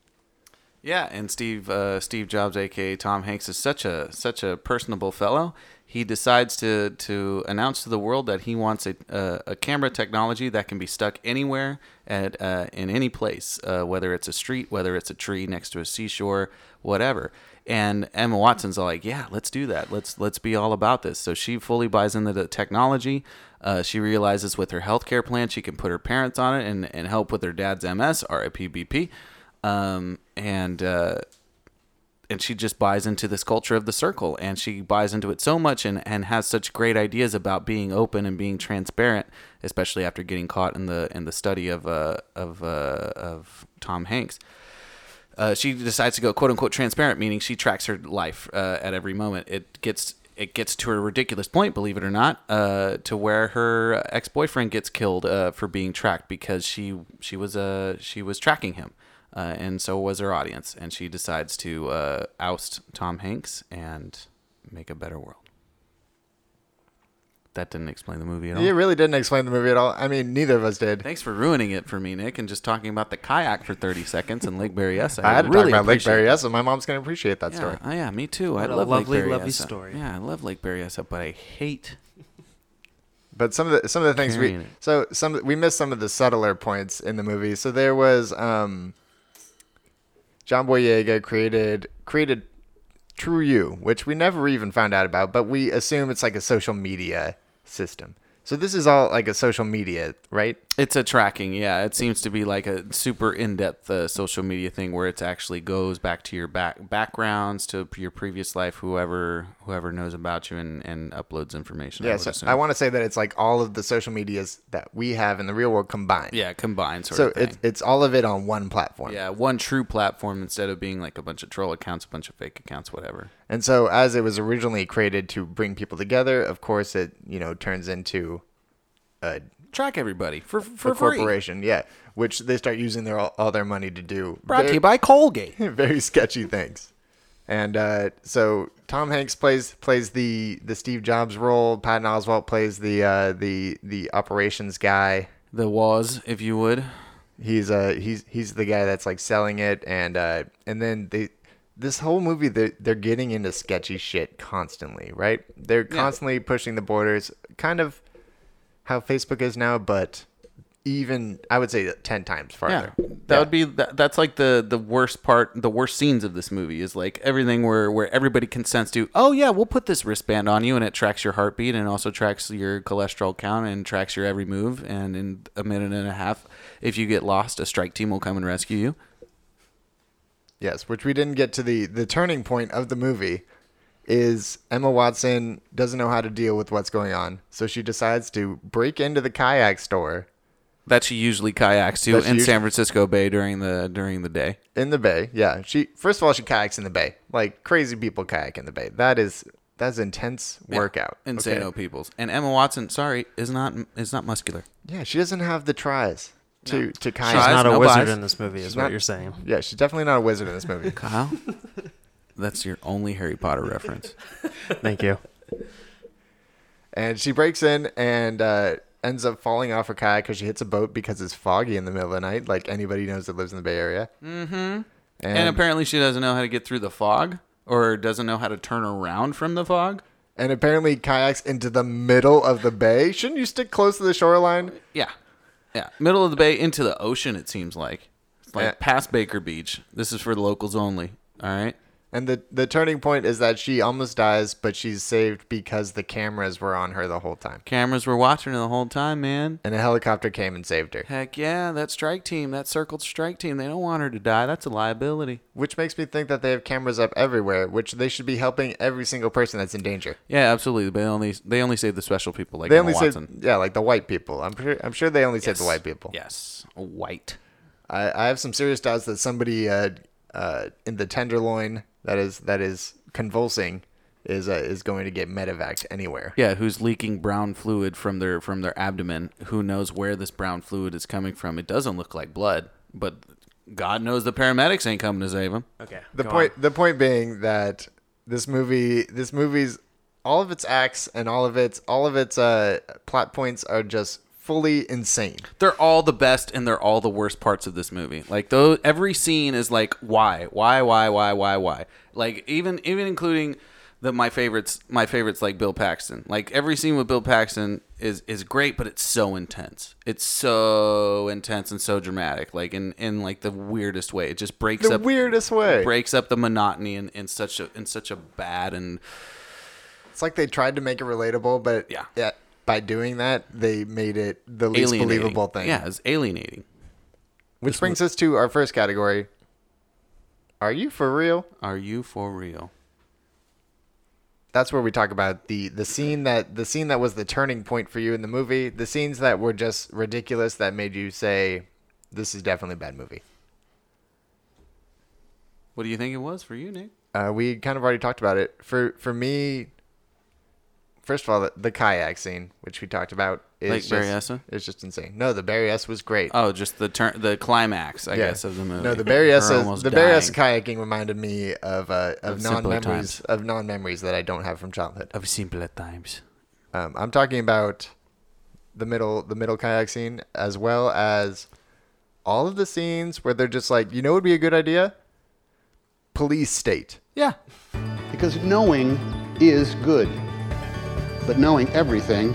Speaker 1: Yeah, and Steve uh, Steve Jobs, aka Tom Hanks, is such a such a personable fellow. He decides to to announce to the world that he wants a a, a camera technology that can be stuck anywhere at uh, in any place, uh, whether it's a street, whether it's a tree next to a seashore, whatever. And Emma Watson's all like, "Yeah, let's do that. Let's let's be all about this." So she fully buys into the technology. Uh, she realizes with her healthcare plan, she can put her parents on it and, and help with her dad's MS, RIPBP um, and uh, and she just buys into this culture of the circle, and she buys into it so much, and and has such great ideas about being open and being transparent, especially after getting caught in the in the study of uh, of uh, of Tom Hanks. Uh, she decides to go quote unquote transparent, meaning she tracks her life uh, at every moment. It gets it gets to a ridiculous point, believe it or not, uh, to where her ex boyfriend gets killed uh, for being tracked because she she was uh, she was tracking him, uh, and so was her audience. And she decides to uh, oust Tom Hanks and make a better world. That didn't explain the movie at all.
Speaker 2: You really didn't explain the movie at all. I mean, neither of us did.
Speaker 1: Thanks for ruining it for me, Nick, and just talking about the kayak for 30 seconds and Lake Berryessa.
Speaker 2: I had to
Speaker 1: really
Speaker 2: talk about Lake
Speaker 1: appreciate that.
Speaker 2: Berryessa. My mom's gonna appreciate that
Speaker 1: Yeah,
Speaker 2: story.
Speaker 1: oh, yeah, me too. I
Speaker 3: What a
Speaker 1: love
Speaker 3: lovely,
Speaker 1: Lake Berryessa.
Speaker 3: lovely story.
Speaker 1: Yeah, I love Lake Berryessa, but I hate.
Speaker 2: But some of the some of the things we
Speaker 1: Carrying it.
Speaker 2: so some we missed some of the subtler points in the movie. So there was um, John Boyega created created True You, which we never even found out about, but we assume it's like a social media system. So this is all like a social media, right?
Speaker 1: It's a tracking. Yeah, it seems to be like a super in-depth uh, social media thing where it actually goes back to your back backgrounds, to your previous life, whoever whoever knows about you and, and uploads information.
Speaker 2: Yeah.
Speaker 1: would
Speaker 2: So
Speaker 1: assume.
Speaker 2: I want to say that it's like all of the social medias that we have in the real world combined.
Speaker 1: yeah, combined sort
Speaker 2: So
Speaker 1: of thing.
Speaker 2: it's it's all of it on one platform.
Speaker 1: yeah, one true platform instead of being like a bunch of troll accounts, a bunch of fake accounts, whatever.
Speaker 2: And so, as it was originally created to bring people together, of course, it you know turns into a,
Speaker 1: Track everybody for for
Speaker 2: a
Speaker 1: free.
Speaker 2: corporation, yeah, which they start using their all, all their money to do
Speaker 1: Brought to
Speaker 2: very,
Speaker 1: you by Colgate.
Speaker 2: very sketchy things. And uh, so, Tom Hanks plays plays the the Steve Jobs role. Patton Oswalt plays the uh, the the operations guy.
Speaker 1: The was, if you would.
Speaker 2: He's uh he's he's the guy that's like selling it, and uh, and then they. This whole movie, they're, they're getting into sketchy shit constantly, right? They're constantly pushing the borders, kind of how Facebook is now, but even I would say ten times farther.
Speaker 1: Yeah, that would be that, that's like the the worst part, the worst scenes of this movie is like everything where where everybody consents to. Oh yeah, we'll put this wristband on you, and it tracks your heartbeat, and also tracks your cholesterol count, and tracks your every move. And in a minute and a half, if you get lost, a strike team will come and rescue you.
Speaker 2: Yes, which we didn't get to the the turning point of the movie is Emma Watson doesn't know how to deal with what's going on, so she decides to break into the kayak store
Speaker 1: That she usually kayaks to
Speaker 2: That she
Speaker 1: in
Speaker 2: usu-
Speaker 1: San Francisco Bay during the during the day.
Speaker 2: in the bay. Yeah, she first of all she kayaks in the bay, like crazy people kayak in the bay. That is that's intense workout.
Speaker 1: Insano
Speaker 2: okay?
Speaker 1: peoples. And Emma Watson, sorry, is not is not muscular.
Speaker 2: Yeah, she doesn't have the tries to to kayak.
Speaker 1: Tries,
Speaker 3: She's not a
Speaker 1: no
Speaker 3: wizard
Speaker 1: buys.
Speaker 3: in this movie, is
Speaker 2: She's
Speaker 3: what
Speaker 2: not-
Speaker 3: you're saying.
Speaker 2: yeah, she's definitely not a wizard in this movie.
Speaker 1: Kyle, that's your only Harry Potter reference.
Speaker 3: Thank you.
Speaker 2: And she breaks in and uh, ends up falling off her kayak because she hits a boat because it's foggy in the middle of the night, like anybody knows that lives in the Bay Area. Mm-hmm. And,
Speaker 1: And
Speaker 2: and,
Speaker 1: apparently she doesn't know how to get through the fog or doesn't know how to turn around from the fog.
Speaker 2: apparently kayaks into the middle of the bay. Shouldn't you stick close to the shoreline?
Speaker 1: Yeah. Yeah. Middle of the bay into the ocean, it seems like. It's like
Speaker 2: Yeah.
Speaker 1: past Baker Beach. This is for the locals only. All right.
Speaker 2: And the, the turning point is that she almost dies, but she's saved because the cameras were on her the whole time.
Speaker 1: Cameras were watching her the whole time, man.
Speaker 2: And a helicopter came and saved her.
Speaker 1: Heck yeah, that strike team, that circled strike team, they don't want her to die. That's a liability.
Speaker 2: Which makes me think that they have cameras up everywhere, which they should be helping every single person that's in danger.
Speaker 1: Yeah, absolutely. But they only they only save the special people like
Speaker 2: They
Speaker 1: Emma
Speaker 2: only said,
Speaker 1: Watson.
Speaker 2: yeah, like the white people. I'm sure, I'm sure they only said the white people.
Speaker 1: Yes. White.
Speaker 2: I, I have some serious doubts that somebody uh, uh, in the tenderloin that is that is convulsing is uh, is going to get medevaced anywhere.
Speaker 1: Yeah, who's leaking brown fluid from their from their abdomen? Who knows where this brown fluid is coming from? It doesn't look like blood, but God knows the paramedics ain't coming to save him.
Speaker 3: Okay.
Speaker 2: The point the point being that this movie this movie's all of its acts and all of its all of its uh, plot points are just fully insane.
Speaker 1: they're all the best and they're all the worst parts of this movie. Like though every scene is like why, why, why, why, why, why. Like even even including the my favorites my favorites like Bill Paxton. Like every scene with Bill Paxton is is great, but it's so intense. It's so intense and so dramatic. Like in in like the weirdest way. It just breaks
Speaker 2: The
Speaker 1: up
Speaker 2: weirdest way.
Speaker 1: breaks up the monotony in, in such a in such a bad and
Speaker 2: It's like they tried to make it relatable, but
Speaker 1: Yeah.
Speaker 2: by doing that, they made it the least
Speaker 1: alienating.
Speaker 2: believable thing.
Speaker 1: Yeah, it's alienating.
Speaker 2: Which brings us to our first category. Are you for real?
Speaker 1: Are you for real?
Speaker 2: That's where we talk about the the scene that the scene that was the turning point for you in the movie, the scenes that were just ridiculous that made you say this is definitely a bad movie.
Speaker 1: What do you think it was for you, Nick?
Speaker 2: Uh, we kind of already talked about it. For for me, first of all, the, the kayak scene, which we talked about, is
Speaker 1: Like
Speaker 2: just,
Speaker 1: Barry S one?
Speaker 2: It's just insane. No, the Barry S was great.
Speaker 1: Oh, just the turn, the climax, I guess, of the movie.
Speaker 2: No, the Barry
Speaker 1: Her
Speaker 2: S
Speaker 1: almost
Speaker 2: the Barry S
Speaker 1: dying.
Speaker 2: kayaking reminded me of uh, of
Speaker 1: Of
Speaker 2: non
Speaker 1: simpler
Speaker 2: memories
Speaker 1: times.
Speaker 2: of non memories that I don't have from childhood.
Speaker 1: of simpler times.
Speaker 2: Um, I'm talking about the middle the middle kayak scene as well as all of the scenes where they're just like, you know, what would be a good idea. Police state.
Speaker 1: Yeah,
Speaker 8: Because knowing is good, but knowing everything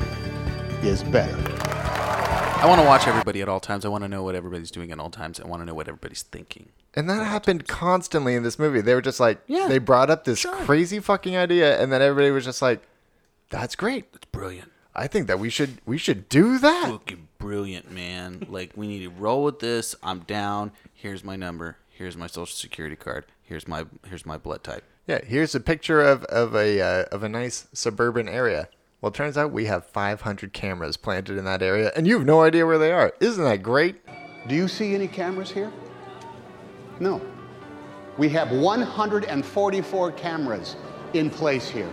Speaker 8: is better.
Speaker 1: I want to watch everybody at all times. I want to know what everybody's doing at all times. I want to know what everybody's thinking.
Speaker 2: And that happened constantly in this movie. They were just like,
Speaker 1: Yeah,
Speaker 2: they brought up this
Speaker 1: sure.
Speaker 2: crazy fucking idea, and then everybody was just like, that's great.
Speaker 1: It's brilliant,
Speaker 2: I think that we should we should do that.
Speaker 1: fucking brilliant, man. Like we need to roll with this. I'm down. Here's my number. Here's my social security card. Here's my here's my blood type.
Speaker 2: Yeah, here's a picture of of a uh, of a nice suburban area. Well, it turns out we have 500 cameras planted in that area, and you have no idea where they are. Isn't that great?
Speaker 8: Do you see any cameras here? No. We have 144 cameras in place here.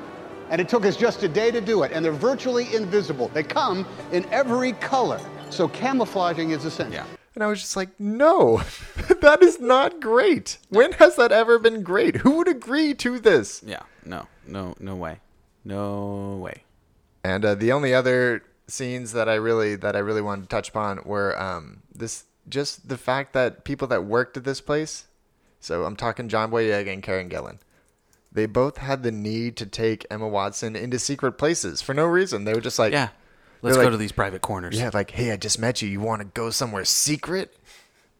Speaker 8: And it took us just a day to do it, and they're virtually invisible. They come in every color. So camouflaging is essential.
Speaker 1: Yeah.
Speaker 2: And I was just like, no, that is not great. When has that ever been great? Who would agree to this?
Speaker 1: Yeah. No. No. No way. No way.
Speaker 2: And uh, the only other scenes that I really that I really wanted to touch upon were um, this just the fact that people that worked at this place. So I'm talking John Boyega and Karen Gillan. They both had the need to take Emma Watson into secret places for no reason. They were just like,
Speaker 1: Yeah. Let's
Speaker 2: They're
Speaker 1: go
Speaker 2: like-
Speaker 1: to these private corners.
Speaker 2: yeah, like, hey, I just met you. You want to go somewhere secret?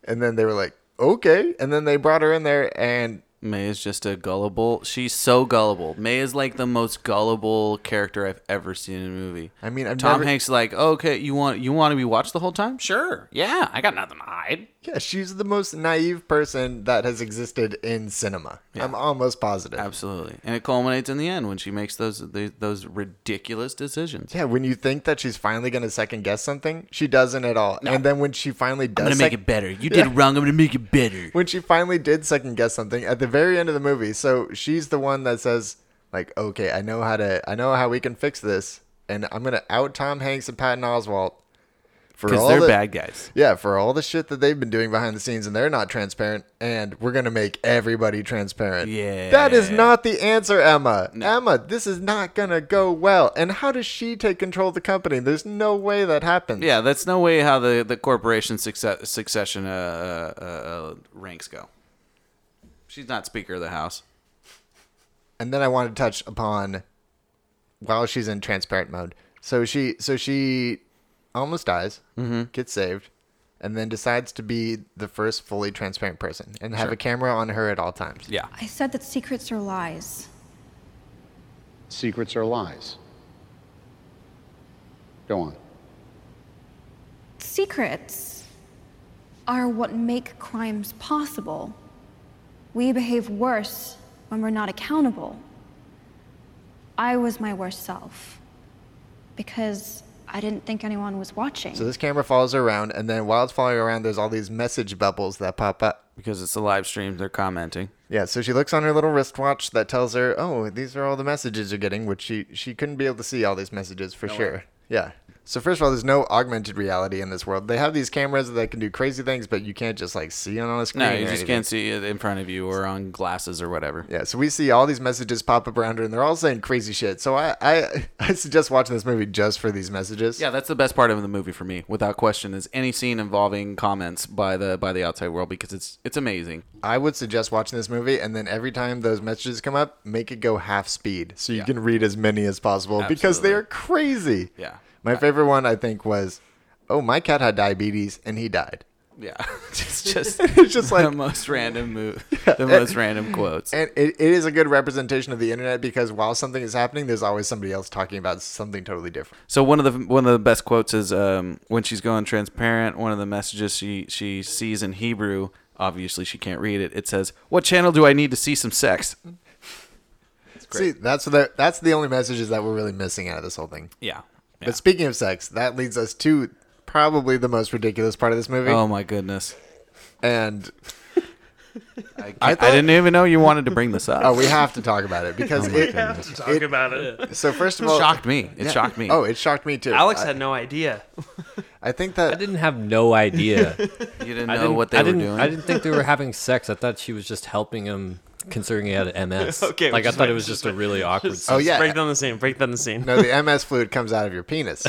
Speaker 2: And then they were like, okay. And then they brought her in there, and
Speaker 1: May is just a gullible. She's so gullible. May is like the most gullible character I've ever seen in a movie.
Speaker 2: I mean, I've
Speaker 1: Tom
Speaker 2: never-
Speaker 1: Hanks like, okay, you want you want to be watched the whole time? Sure, yeah, I got nothing to hide.
Speaker 2: yeah, she's the most naive person that has existed in cinema. I'm almost positive.
Speaker 1: Absolutely, and it culminates in the end when she makes those the, those ridiculous decisions.
Speaker 2: Yeah, when you think that she's finally going to second guess something, she doesn't at all. And then when she finally does,
Speaker 1: I'm gonna make
Speaker 2: sec-
Speaker 1: it better. You did wrong. I'm gonna make it better.
Speaker 2: When she finally did second guess something at the very end of the movie, so she's the one that says, "Like, okay, I know how to, I know how we can fix this, and I'm gonna out Tom Hanks and Patton Oswalt for
Speaker 1: Because
Speaker 2: all
Speaker 1: they're
Speaker 2: the
Speaker 1: bad guys.
Speaker 2: yeah for all the shit that they've been doing behind the scenes, and they're not transparent, and we're gonna make everybody transparent.
Speaker 1: Yeah.
Speaker 2: that is not the answer, Emma. Emma, this is not gonna go well. And how does she take control of the company? There's no way that happens.
Speaker 1: Yeah, that's no way how the the corporation success, succession uh, uh, uh, ranks go. She's not Speaker of the House.
Speaker 2: and then I want to touch upon while she's in transparent mode. So she so she almost dies,
Speaker 1: Mm-hmm.
Speaker 2: gets saved, and then decides to be the first fully transparent person and have a camera on her at all times.
Speaker 1: Yeah,
Speaker 9: I said that secrets are lies.
Speaker 8: Secrets are lies. Go on.
Speaker 9: Secrets are what make crimes possible. We behave worse when we're not accountable. I was my worst self because I didn't think anyone was watching.
Speaker 2: So this camera follows her around, and then while it's following her around, there's all these message bubbles that pop up.
Speaker 1: because it's a live stream. They're commenting.
Speaker 2: Yeah, so she looks on her little wristwatch that tells her, "Oh, these are all the messages you're getting," which she she couldn't be able to see all these messages for sure. Yeah. So first of all, there's no augmented reality in this world. They have these cameras that can do crazy things, but you can't just like see it on a screen.
Speaker 1: No,
Speaker 2: or
Speaker 1: you just
Speaker 2: anything.
Speaker 1: can't see it in front of you or on glasses or whatever.
Speaker 2: Yeah, so we see all these messages pop up around her, and they're all saying crazy shit. So I, I, I suggest watching this movie just for these messages.
Speaker 1: Yeah, that's the best part of the movie for me, without question, is any scene involving comments by the by the outside world because it's it's amazing.
Speaker 2: I would suggest watching this movie, and then every time those messages come up, make it go half speed so you can read as many as possible because they
Speaker 1: Absolutely.
Speaker 2: are crazy.
Speaker 1: Yeah.
Speaker 2: My favorite one, I think, was, "Oh, my cat had diabetes and he died."
Speaker 1: Yeah, it's just
Speaker 2: It's just
Speaker 1: the
Speaker 2: like
Speaker 1: most random mo- the most random quotes.
Speaker 2: And it, it is a good representation of the internet because while something is happening, there's always somebody else talking about something totally different.
Speaker 1: So one of the one of the best quotes is um, when she's going transparent. One of the messages she she sees in Hebrew. Obviously, she can't read it. It says, "What channel do I need to see some sex?"
Speaker 2: See, that's the that's the only messages that we're really missing out of this whole thing.
Speaker 1: Yeah.
Speaker 2: But speaking of sex, that leads us to probably the most ridiculous part of this movie.
Speaker 1: Oh my goodness!
Speaker 2: and
Speaker 1: I,
Speaker 2: thought-
Speaker 1: didn't even know you wanted to bring this up.
Speaker 2: oh, we have to talk about it
Speaker 1: Oh
Speaker 2: because it,
Speaker 3: Talk about it.
Speaker 2: so first of all
Speaker 1: shocked me. It shocked me.
Speaker 2: Oh, it shocked me too.
Speaker 3: Alex
Speaker 2: I,
Speaker 3: had no idea.
Speaker 2: I think
Speaker 4: I
Speaker 2: that
Speaker 4: didn't have no idea.
Speaker 1: you didn't
Speaker 4: I
Speaker 1: know
Speaker 4: didn't,
Speaker 1: what they
Speaker 4: I
Speaker 1: were
Speaker 4: didn't,
Speaker 1: doing.
Speaker 4: I didn't think they were having sex. I thought she was just helping him, considering he had MS.
Speaker 3: Okay,
Speaker 4: like I
Speaker 3: just
Speaker 4: thought it
Speaker 3: wait,
Speaker 4: was just a really awkward.
Speaker 2: Oh,
Speaker 4: sex.
Speaker 2: yeah.
Speaker 3: Break down the scene. Break down the scene.
Speaker 2: no, the MS fluid comes out of your penis,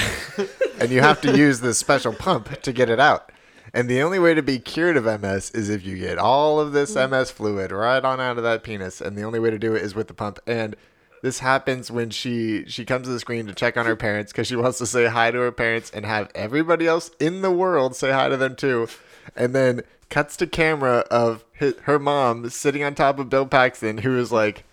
Speaker 2: and you have to use this special pump to get it out. And the only way to be cured of MS is if you get all of this MS fluid right on out of that penis, and the only way to do it is with the pump. And this happens when she she comes to the screen to check on her parents because she wants to say hi to her parents and have everybody else in the world say hi to them too. And then cuts to camera of hi her mom sitting on top of Bill Paxton, who is like.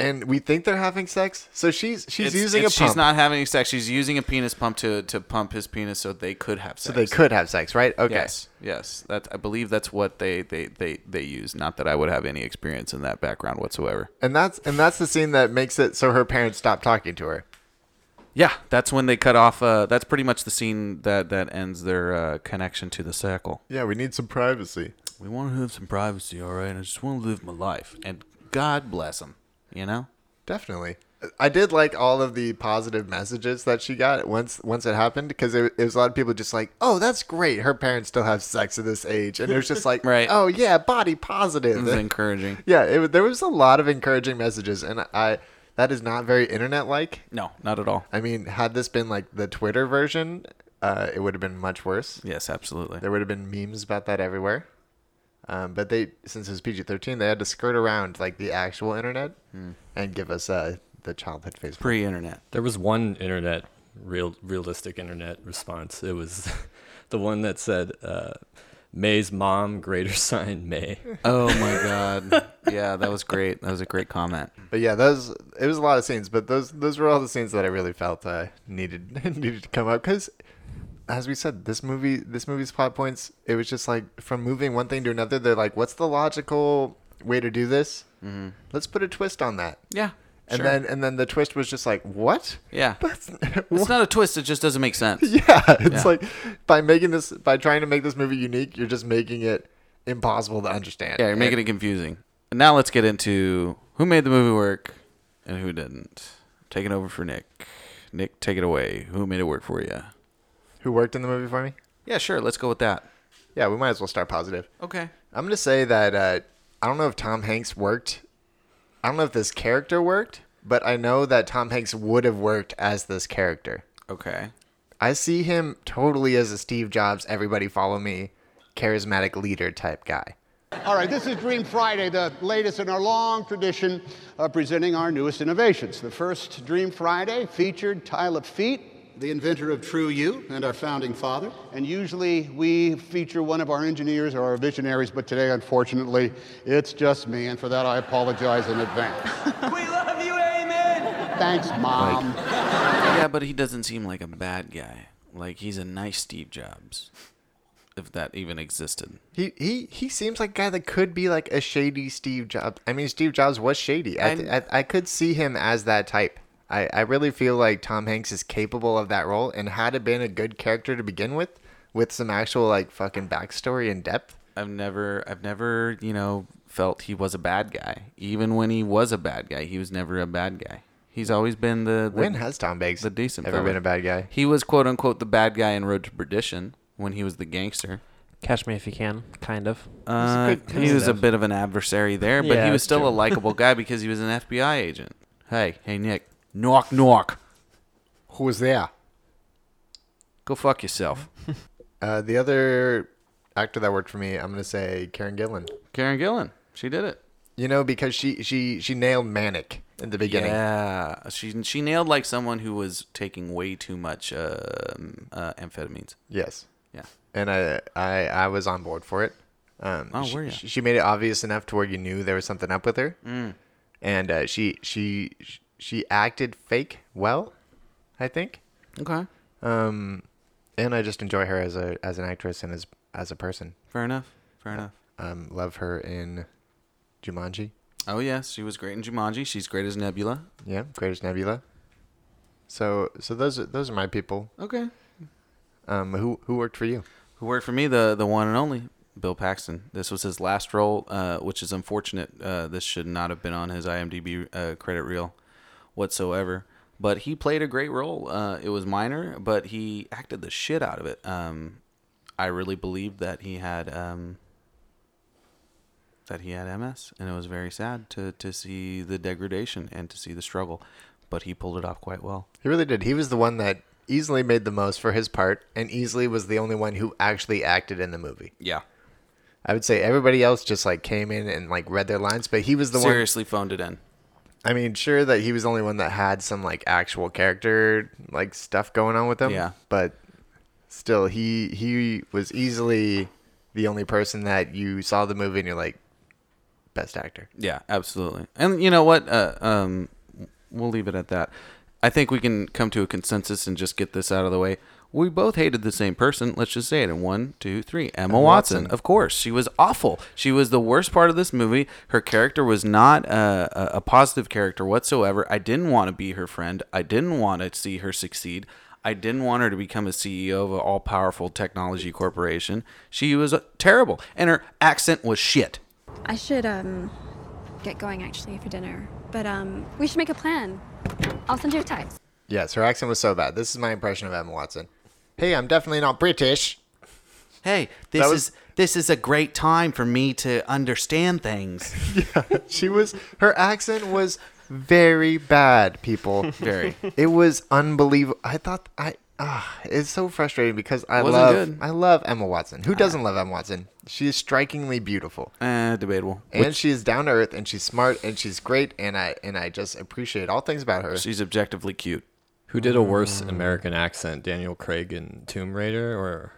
Speaker 2: And we think they're having sex, so she's she's
Speaker 1: It's-
Speaker 2: using
Speaker 1: it's-
Speaker 2: a pump.
Speaker 1: She's not having any sex. She's using a penis pump to, to pump his penis so they could have sex.
Speaker 2: So they could have sex, right? Okay.
Speaker 1: Yes, yes. That I believe that's what they they they they use. Not that I would have any experience in that background whatsoever.
Speaker 2: And that's and that's the scene that makes it so her parents stop talking to her.
Speaker 1: Yeah, that's when they cut off. Uh, that's pretty much the scene that that ends their uh, connection to the circle.
Speaker 2: Yeah, we need some privacy.
Speaker 1: We want to have some privacy, all right? I just want to live my life, and God bless them. You know.
Speaker 2: Definitely. I did like all of the positive messages that she got once once it happened because it, it was a lot of people just like, "Oh, that's great. Her parents still have sex at this age." And it was just like,
Speaker 1: Right. Mm-hmm.
Speaker 2: "Oh, yeah, body
Speaker 1: It
Speaker 2: positive."
Speaker 1: was encouraging.
Speaker 2: yeah, it, was- there was a lot of encouraging messages and I that is not very internet like.
Speaker 1: No, not at all.
Speaker 2: I mean, had this been like the Twitter version, uh, it would have been much worse.
Speaker 1: Yes, absolutely.
Speaker 2: There would have been memes about that everywhere. Um, but they, since it was PG thirteen, they had to skirt around like the actual internet and give us uh, the childhood Facebook.
Speaker 1: Pre-internet.
Speaker 4: There was one internet, real realistic internet response. It was the one that said, uh, "May's mom, greater sign May."
Speaker 1: Oh my God. yeah, that was great. That was a great comment.
Speaker 2: But yeah, those it was a lot of scenes. But those those were all the scenes that I really felt uh, needed needed to come up because, as we said, this movie this movie's plot points it was just like from moving one thing to another. They're like, what's the logical way to do this? Mm-hmm. Let's put a twist on that.
Speaker 1: Yeah.
Speaker 2: And
Speaker 1: sure.
Speaker 2: then and then the twist was just like, what?
Speaker 1: Yeah.
Speaker 2: That's,
Speaker 1: It's not a twist. It just doesn't make sense.
Speaker 2: Yeah, it's like by making this by trying to make this movie unique, you're just making it impossible to understand.
Speaker 1: Yeah, you're making it confusing. And now let's get into who made the movie work and who didn't. Taking over for Nick. Nick, take it away. Who made it work for you?
Speaker 2: Who worked in the movie for me?
Speaker 1: Yeah, sure. Let's go with that.
Speaker 2: Yeah, we might as well start positive.
Speaker 1: Okay.
Speaker 2: I'm gonna say that uh, I don't know if Tom Hanks worked. I don't know if this character worked, but I know that Tom Hanks would have worked as this character.
Speaker 1: Okay.
Speaker 2: I see him totally as a Steve Jobs, everybody follow me, charismatic leader type guy.
Speaker 8: All right, this is Dream Friday, the latest in our long tradition of presenting our newest innovations. The first Dream Friday featured Ty Lafitte, the inventor of True You and our founding father. And usually we feature one of our engineers or our visionaries, but today, unfortunately, it's just me, and for that I apologize in advance.
Speaker 7: We love you, Amen.
Speaker 8: Thanks, Mom.
Speaker 1: Yeah, but he doesn't seem like a bad guy. Like he's a nice Steve Jobs, if that even existed.
Speaker 2: He he he seems like a guy that could be like a shady Steve Jobs. I mean, Steve Jobs was shady. I th- I, I could see him as that type. I, I really feel like Tom Hanks is capable of that role and had it been a good character to begin with, with some actual like fucking backstory and depth.
Speaker 1: I've never, I've never, you know, felt he was a bad guy. Even when he was a bad guy, he was never a bad guy. He's always been the, the
Speaker 2: When has Tom Banks
Speaker 1: the decent
Speaker 2: ever
Speaker 1: fella.
Speaker 2: been a bad guy?
Speaker 1: He was quote unquote the bad guy in Road to Perdition when he was the gangster.
Speaker 3: Catch me if you can, kind of.
Speaker 1: Uh,
Speaker 2: good
Speaker 1: he was a
Speaker 2: concept.
Speaker 1: bit of an adversary there, but
Speaker 3: Yeah,
Speaker 1: he was
Speaker 3: that's
Speaker 1: still a likable guy because he was an FBI agent. Hey, hey Nick, knock knock,
Speaker 8: Who was there?
Speaker 1: go fuck yourself.
Speaker 2: Uh, the other actor that worked for me, I'm gonna say Karen Gillan.
Speaker 1: Karen Gillan, she did it.
Speaker 2: You know, because she she she nailed manic in the beginning.
Speaker 1: Yeah, she she nailed like someone who was taking way too much um, uh, amphetamines.
Speaker 2: Yes.
Speaker 1: Yeah.
Speaker 2: And I I I was on board for it. Um,
Speaker 1: Oh,
Speaker 2: she,
Speaker 1: were ya?
Speaker 2: She she made it obvious enough to where you knew there was something up with her.
Speaker 1: Mm.
Speaker 2: And uh, she she she acted fake well, I think.
Speaker 1: Okay,
Speaker 2: Um, and I just enjoy her as a as an actress and as as a person.
Speaker 1: fair enough. Fair enough.
Speaker 2: Um, love her in Jumanji.
Speaker 1: Oh yes, she was great in Jumanji. She's great as Nebula.
Speaker 2: Yeah, Greatest Nebula. So so those are, those are my people.
Speaker 1: Okay.
Speaker 2: Um, who who worked for you?
Speaker 1: Who worked for me? The the one and only Bill Paxton. This was his last role, uh, which is unfortunate. Uh, this should not have been on his IMDb uh, credit reel whatsoever. But he played a great role. Uh, it was minor, but he acted the shit out of it. Um, I really believed that he had um, that he had MS, and it was very sad to to see the degradation and to see the struggle. But he pulled it off quite well.
Speaker 2: He really did. He was the one that easily made the most for his part, and easily was the only one who actually acted in the movie.
Speaker 1: Yeah,
Speaker 2: I would say everybody else just like came in and like read their lines, but he was the
Speaker 1: seriously phoned it in.
Speaker 2: one. I mean, sure that he was the only one that had some like actual character like stuff going on with him.
Speaker 1: Yeah.
Speaker 2: but still, he he was easily the only person that you saw the movie and you're like best actor.
Speaker 1: Yeah, absolutely. And you know what? Uh, um, we'll leave it at that. I think we can come to a consensus and just get this out of the way. We both hated the same person. Let's just say it in one, two, three. Emma, Watson. Of course, she was awful. She was the worst part of this movie. Her character was not uh, a, a positive character whatsoever. I didn't want to be her friend. I didn't want to see her succeed. I didn't want her to become a CEO of an all-powerful technology corporation. She was uh, terrible, and her accent was shit.
Speaker 9: I should um get going actually for dinner. But um we should make a plan. I'll send you a text.
Speaker 2: Yes, her accent was so bad. This is my impression of Emma Watson. Hey, I'm definitely not British.
Speaker 1: hey this
Speaker 2: was-
Speaker 1: is this is a great time for me to understand things
Speaker 2: She was her accent was very bad, people.
Speaker 1: very
Speaker 2: It was unbelievable. I thought I ah, it's so frustrating because I
Speaker 1: Wasn't
Speaker 2: love
Speaker 1: good. Ah.
Speaker 2: I love Emma Watson. Who doesn't love Emma Watson? She is strikingly beautiful,
Speaker 1: uh, debatable
Speaker 2: and she is down to earth, and she's smart, and she's great, and I and I just appreciate all things about her.
Speaker 1: she's objectively cute
Speaker 4: Who did a worse
Speaker 1: Mm.
Speaker 4: American accent, Daniel Craig in Tomb Raider or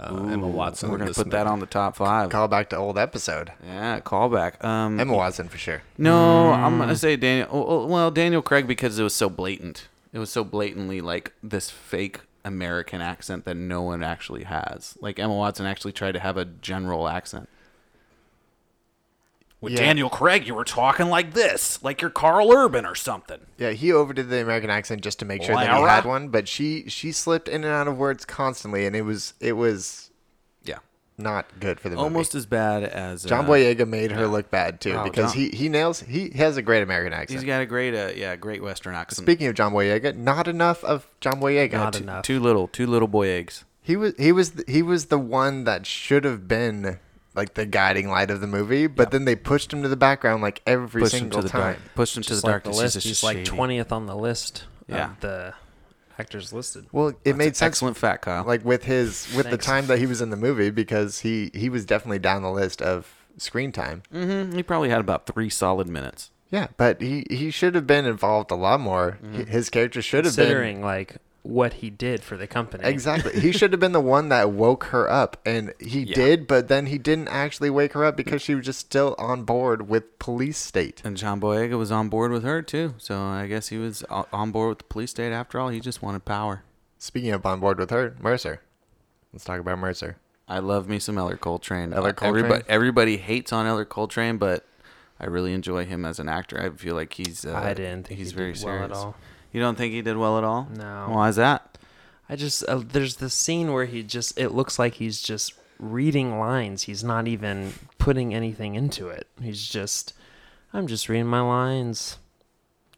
Speaker 4: uh, Emma Watson?
Speaker 1: we're
Speaker 4: in
Speaker 1: gonna
Speaker 4: this
Speaker 1: put that
Speaker 4: movie?
Speaker 1: on the top five
Speaker 2: Call back to old episode.
Speaker 1: yeah callback um
Speaker 2: Emma Watson for sure.
Speaker 1: no i'm gonna say daniel oh, oh, well daniel craig because it was so blatant it was so blatantly like this fake american accent that no one actually has like emma watson actually tried to have a general accent with
Speaker 2: Yeah.
Speaker 1: daniel craig you were talking like this like you're carl urban or something
Speaker 2: Yeah, he overdid the American accent just to make sure that he
Speaker 1: Lara?
Speaker 2: had one, but she she slipped in and out of words constantly, and it was it was
Speaker 1: yeah
Speaker 2: not good for the movie.
Speaker 1: almost as bad as
Speaker 2: John
Speaker 1: uh,
Speaker 2: Boyega made her look bad too
Speaker 1: Oh,
Speaker 2: because
Speaker 1: John-
Speaker 2: he he nails he has a great American accent.
Speaker 1: He's got a great, uh, yeah, great Western accent.
Speaker 2: Speaking of John Boyega, not enough of John Boyega.
Speaker 3: Not
Speaker 2: T-
Speaker 3: enough.
Speaker 1: uh, two little, two little boy eggs.
Speaker 2: He was he was th- he was the one that should have been like the guiding light of the movie, but then they pushed him to the background like every
Speaker 1: Pushed him
Speaker 2: single
Speaker 1: to the
Speaker 2: time.
Speaker 1: dark. Pushed him to the
Speaker 3: Just like
Speaker 1: dark.
Speaker 3: the list, he's like twentieth on the list.
Speaker 1: Yeah.
Speaker 3: Of the actors listed.
Speaker 2: Well, it made sense.
Speaker 1: Excellent fact, Kyle.
Speaker 2: Like with his with the
Speaker 3: Thanks.
Speaker 2: time that he was in the movie because he he was definitely down the list of screen time.
Speaker 1: Mhm, he probably had about three solid minutes.
Speaker 2: Yeah, but he he should have been involved a lot more.
Speaker 1: Mm.
Speaker 2: H- His character should have been
Speaker 3: Considering like what he did for the company.
Speaker 2: Exactly. He should have been the one that woke her up, and he did, but then he didn't actually wake her up because she was just still on board with police state.
Speaker 1: And John Boyega was on board with her too, so I guess he was o- on board with the police state after all. He just wanted power.
Speaker 2: Speaking of on board with her, Mercer. Let's talk about Mercer.
Speaker 1: I love me some Eller Coltrane.
Speaker 2: Eller Coltrane?
Speaker 1: Everybody, everybody hates on Eller Coltrane, but I really enjoy him as an actor. I feel like he's. Uh,
Speaker 3: I didn't think
Speaker 1: he's
Speaker 3: he
Speaker 1: very
Speaker 3: did well
Speaker 1: serious.
Speaker 3: at all.
Speaker 1: You don't think he did well at all?
Speaker 3: No.
Speaker 1: Why is that?
Speaker 3: I just uh, there's this scene where he just it looks like he's just reading lines. He's not even putting anything into it. He's just I'm just reading my lines.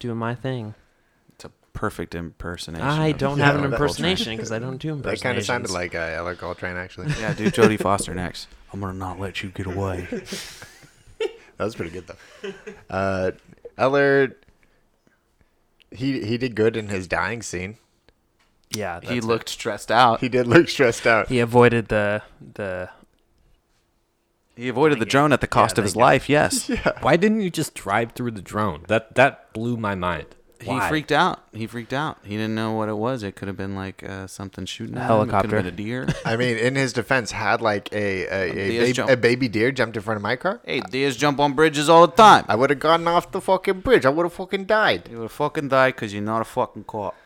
Speaker 3: doing my thing.
Speaker 1: It's a perfect impersonation.
Speaker 3: I
Speaker 1: of-
Speaker 3: don't
Speaker 1: yeah,
Speaker 3: have an
Speaker 1: of Coltrane.
Speaker 3: impersonation because I don't do
Speaker 2: That
Speaker 3: impersonations.
Speaker 2: kind of sounded like uh, Ella Coltrane, actually.
Speaker 1: Yeah, do Jodie Foster next. I'm gonna not let you get away.
Speaker 2: That was pretty good though. Uh, Eller, he he did good in his dying scene.
Speaker 3: yeah.
Speaker 1: he
Speaker 3: that's it.
Speaker 1: looked stressed out.
Speaker 2: He did look stressed out.
Speaker 3: He avoided the the
Speaker 1: He avoided the drone at the cost of his life. Yes,
Speaker 4: Why didn't you just drive through the drone? That that blew my mind. Why?
Speaker 1: he freaked out. He freaked out. He didn't know what it was. It could have been like uh, something shooting at him. It could
Speaker 3: helicopter.
Speaker 1: have been a deer.
Speaker 2: I mean, in his defense, had like a a,
Speaker 1: Deer's
Speaker 2: a,
Speaker 1: jump.
Speaker 2: baby, a baby deer jumped in front of my car.
Speaker 1: hey, deers jump on bridges all the time.
Speaker 2: I would have gotten off the fucking bridge. I would have fucking died.
Speaker 1: You would have fucking died because you're not a fucking cop.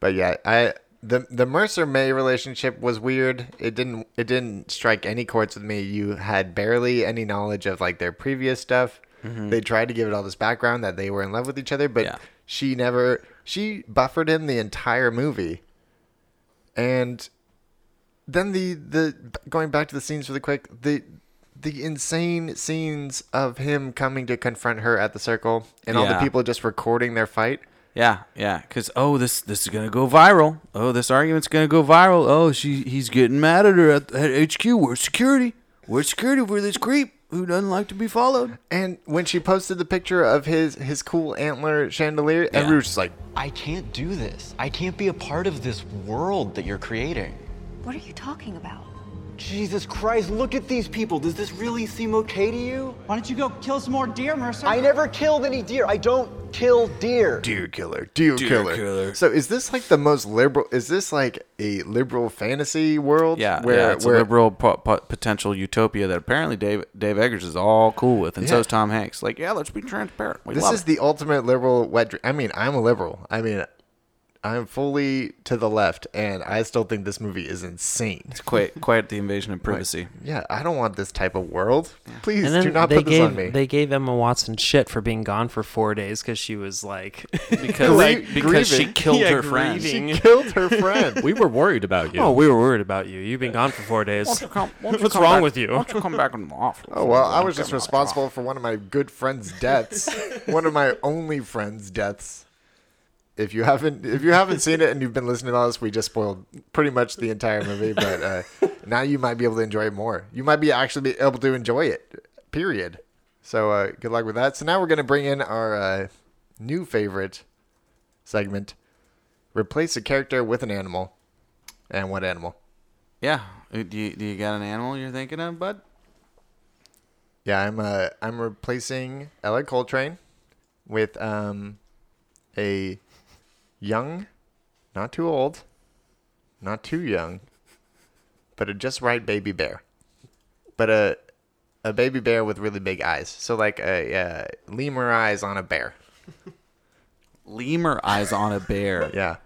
Speaker 2: But yeah, I the the Mercer May relationship was weird. It didn't it didn't strike any chords with me. You had barely any knowledge of like their previous stuff. They tried to give it all this background that they were in love with each other, but
Speaker 1: Mm-hmm. Yeah.
Speaker 2: she never she buffered him the entire movie. And then the the going back to the scenes really quick, the the insane scenes of him coming to confront her at the circle and all the
Speaker 1: Yeah.
Speaker 2: people just recording their fight.
Speaker 1: Yeah, yeah. Because oh, this this is gonna go viral. Oh, this argument's gonna go viral. Oh, she he's getting mad at her at, at HQ. Where's security? Where's security for this creep who doesn't like to be followed?
Speaker 2: And when she posted the picture of his his cool antler chandelier, everyone was just like,
Speaker 10: I can't do this. I can't be a part of this world that you're creating.
Speaker 9: What are you talking about?
Speaker 10: Jesus Christ, look at these people. Does this really seem okay to you?
Speaker 11: Why don't you go kill some more deer, Mercer?
Speaker 10: I never killed any deer. I don't kill deer.
Speaker 2: "Deer killer, deer, killer.
Speaker 1: killer.
Speaker 2: So is this like the most liberal? Is this like a liberal fantasy world?
Speaker 1: Yeah,
Speaker 2: where
Speaker 1: yeah. It's
Speaker 2: where
Speaker 1: a liberal po- po- potential utopia that apparently Dave Dave Eggers is all cool with, and so
Speaker 2: Yeah.
Speaker 1: is Tom Hanks. Like, yeah, let's be transparent. We
Speaker 2: this
Speaker 1: love
Speaker 2: is
Speaker 1: it.
Speaker 2: the ultimate liberal wet. Dream. I mean, I'm a liberal. I mean, I'm fully to the left, and I still think this movie is insane.
Speaker 1: It's quite quite the invasion of privacy.
Speaker 2: Yeah, I don't want this type of world. Please
Speaker 3: and then
Speaker 2: do not
Speaker 3: they
Speaker 2: put this
Speaker 3: gave
Speaker 2: on me.
Speaker 3: they gave Emma Watson shit for being gone for four days because she was like
Speaker 1: Because
Speaker 2: Grie-
Speaker 1: because she
Speaker 2: grieving.
Speaker 1: killed
Speaker 3: Yeah,
Speaker 1: her friend.
Speaker 3: grieving.
Speaker 2: she killed her friend.
Speaker 4: We were worried about you.
Speaker 3: Oh, we were worried about you. You've been gone for four days. What's wrong with you?
Speaker 1: Why don't you come back in the office?
Speaker 2: Oh well, I was just responsible for one of my good friends' deaths, one of my only friends' deaths. If you haven't, if you haven't seen it and you've been listening to us, we just spoiled pretty much the entire movie. But uh, now you might be able to enjoy it more. You might be actually be able to enjoy it. Period. So uh, good luck with that. So now we're gonna bring in our uh, new favorite segment: replace a character with an animal. And what animal?
Speaker 1: Yeah. Uh, Do you, do you got an animal you're thinking of, bud?
Speaker 2: Yeah, I'm uh I'm replacing Ella Coltrane with um a young, not too old, not too young, but a just right baby bear. But a a baby bear with really big eyes. So like a uh, lemur eyes on a bear.
Speaker 1: Lemur eyes on a bear.
Speaker 2: Yeah.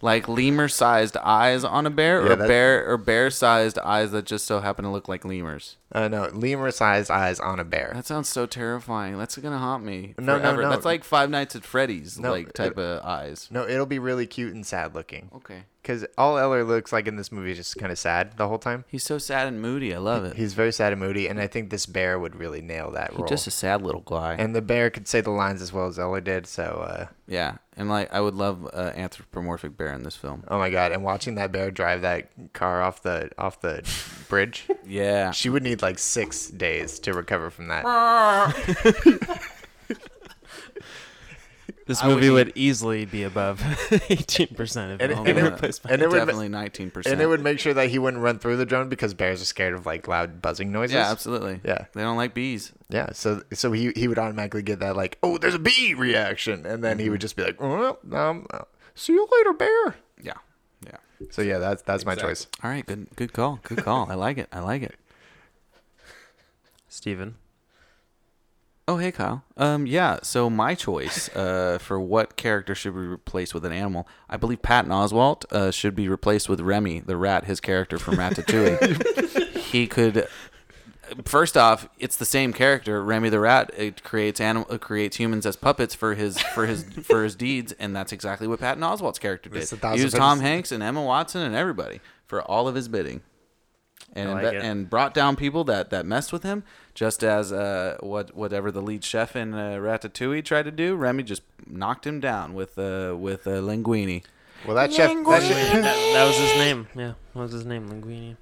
Speaker 1: Like lemur sized eyes on a bear or
Speaker 2: Yeah,
Speaker 1: a
Speaker 2: that-
Speaker 1: bear or bear sized eyes that just so happen to look like lemurs.
Speaker 2: Uh, no, lemur-sized eyes on a bear.
Speaker 1: That sounds so terrifying. That's gonna haunt me.
Speaker 2: No, no,
Speaker 1: forever.
Speaker 2: no.
Speaker 1: That's like Five Nights at Freddy's
Speaker 2: No,
Speaker 1: like type
Speaker 2: it-
Speaker 1: of eyes.
Speaker 2: no, it'll be really cute and sad looking.
Speaker 1: Okay.
Speaker 2: Because all Eller looks like in this movie is just kind of sad the whole time.
Speaker 1: He's so sad and moody. I love it.
Speaker 2: He's very sad and moody, and I think this bear would really nail that role.
Speaker 1: He's just a sad little guy.
Speaker 2: And the bear could say the lines as well as Ella did. So, uh,
Speaker 1: yeah, and like I would love uh, anthropomorphic bear in this film.
Speaker 2: oh my god! And watching that bear drive that car off the off the bridge,
Speaker 1: Yeah.
Speaker 2: she would need like six days to recover from that.
Speaker 3: this
Speaker 2: wish
Speaker 3: movie
Speaker 2: you-
Speaker 3: would easily be above eighteen percent of
Speaker 2: And-
Speaker 3: all
Speaker 1: Oh,
Speaker 2: and
Speaker 3: the
Speaker 1: yeah.
Speaker 2: it would-
Speaker 3: replacement.
Speaker 2: and it would ma-
Speaker 1: definitely nineteen percent.
Speaker 2: And it would make sure that he wouldn't run through the drone because bears are scared of like loud buzzing noises.
Speaker 1: Yeah, absolutely.
Speaker 2: Yeah.
Speaker 1: They don't like bees.
Speaker 2: Yeah. So so he he would automatically get that like oh there's a bee reaction, and then
Speaker 1: Mm-hmm.
Speaker 2: he would just be like oh, um uh, see you later bear.
Speaker 1: Yeah. Yeah.
Speaker 2: So yeah, that's that's my choice.
Speaker 1: All right, good good call. Good call. I like it. I like it.
Speaker 3: Steven.
Speaker 1: Oh, hey Kyle. Um yeah, so my choice uh for what character should be replaced with an animal. I believe Patton Oswalt uh, should be replaced with Remy the rat, his character from Ratatouille. he could First off, it's the same character. Remy the Rat it creates animal it creates humans as puppets for his for his for his deeds, and that's exactly what Patton Oswalt's character did.
Speaker 2: It's a thousand
Speaker 1: He used Tom
Speaker 2: percent.
Speaker 1: Hanks and Emma Watson and everybody for all of his bidding. and
Speaker 3: I like
Speaker 1: inve-
Speaker 3: it.
Speaker 1: and brought down people that that messed with him. Just as uh, what whatever the lead chef in uh, Ratatouille tried to do, Remy just knocked him down with uh, with uh, linguine.
Speaker 2: Well, that chef- that chef-
Speaker 3: Linguini. that, that was his name. Yeah, that was his name, Linguini.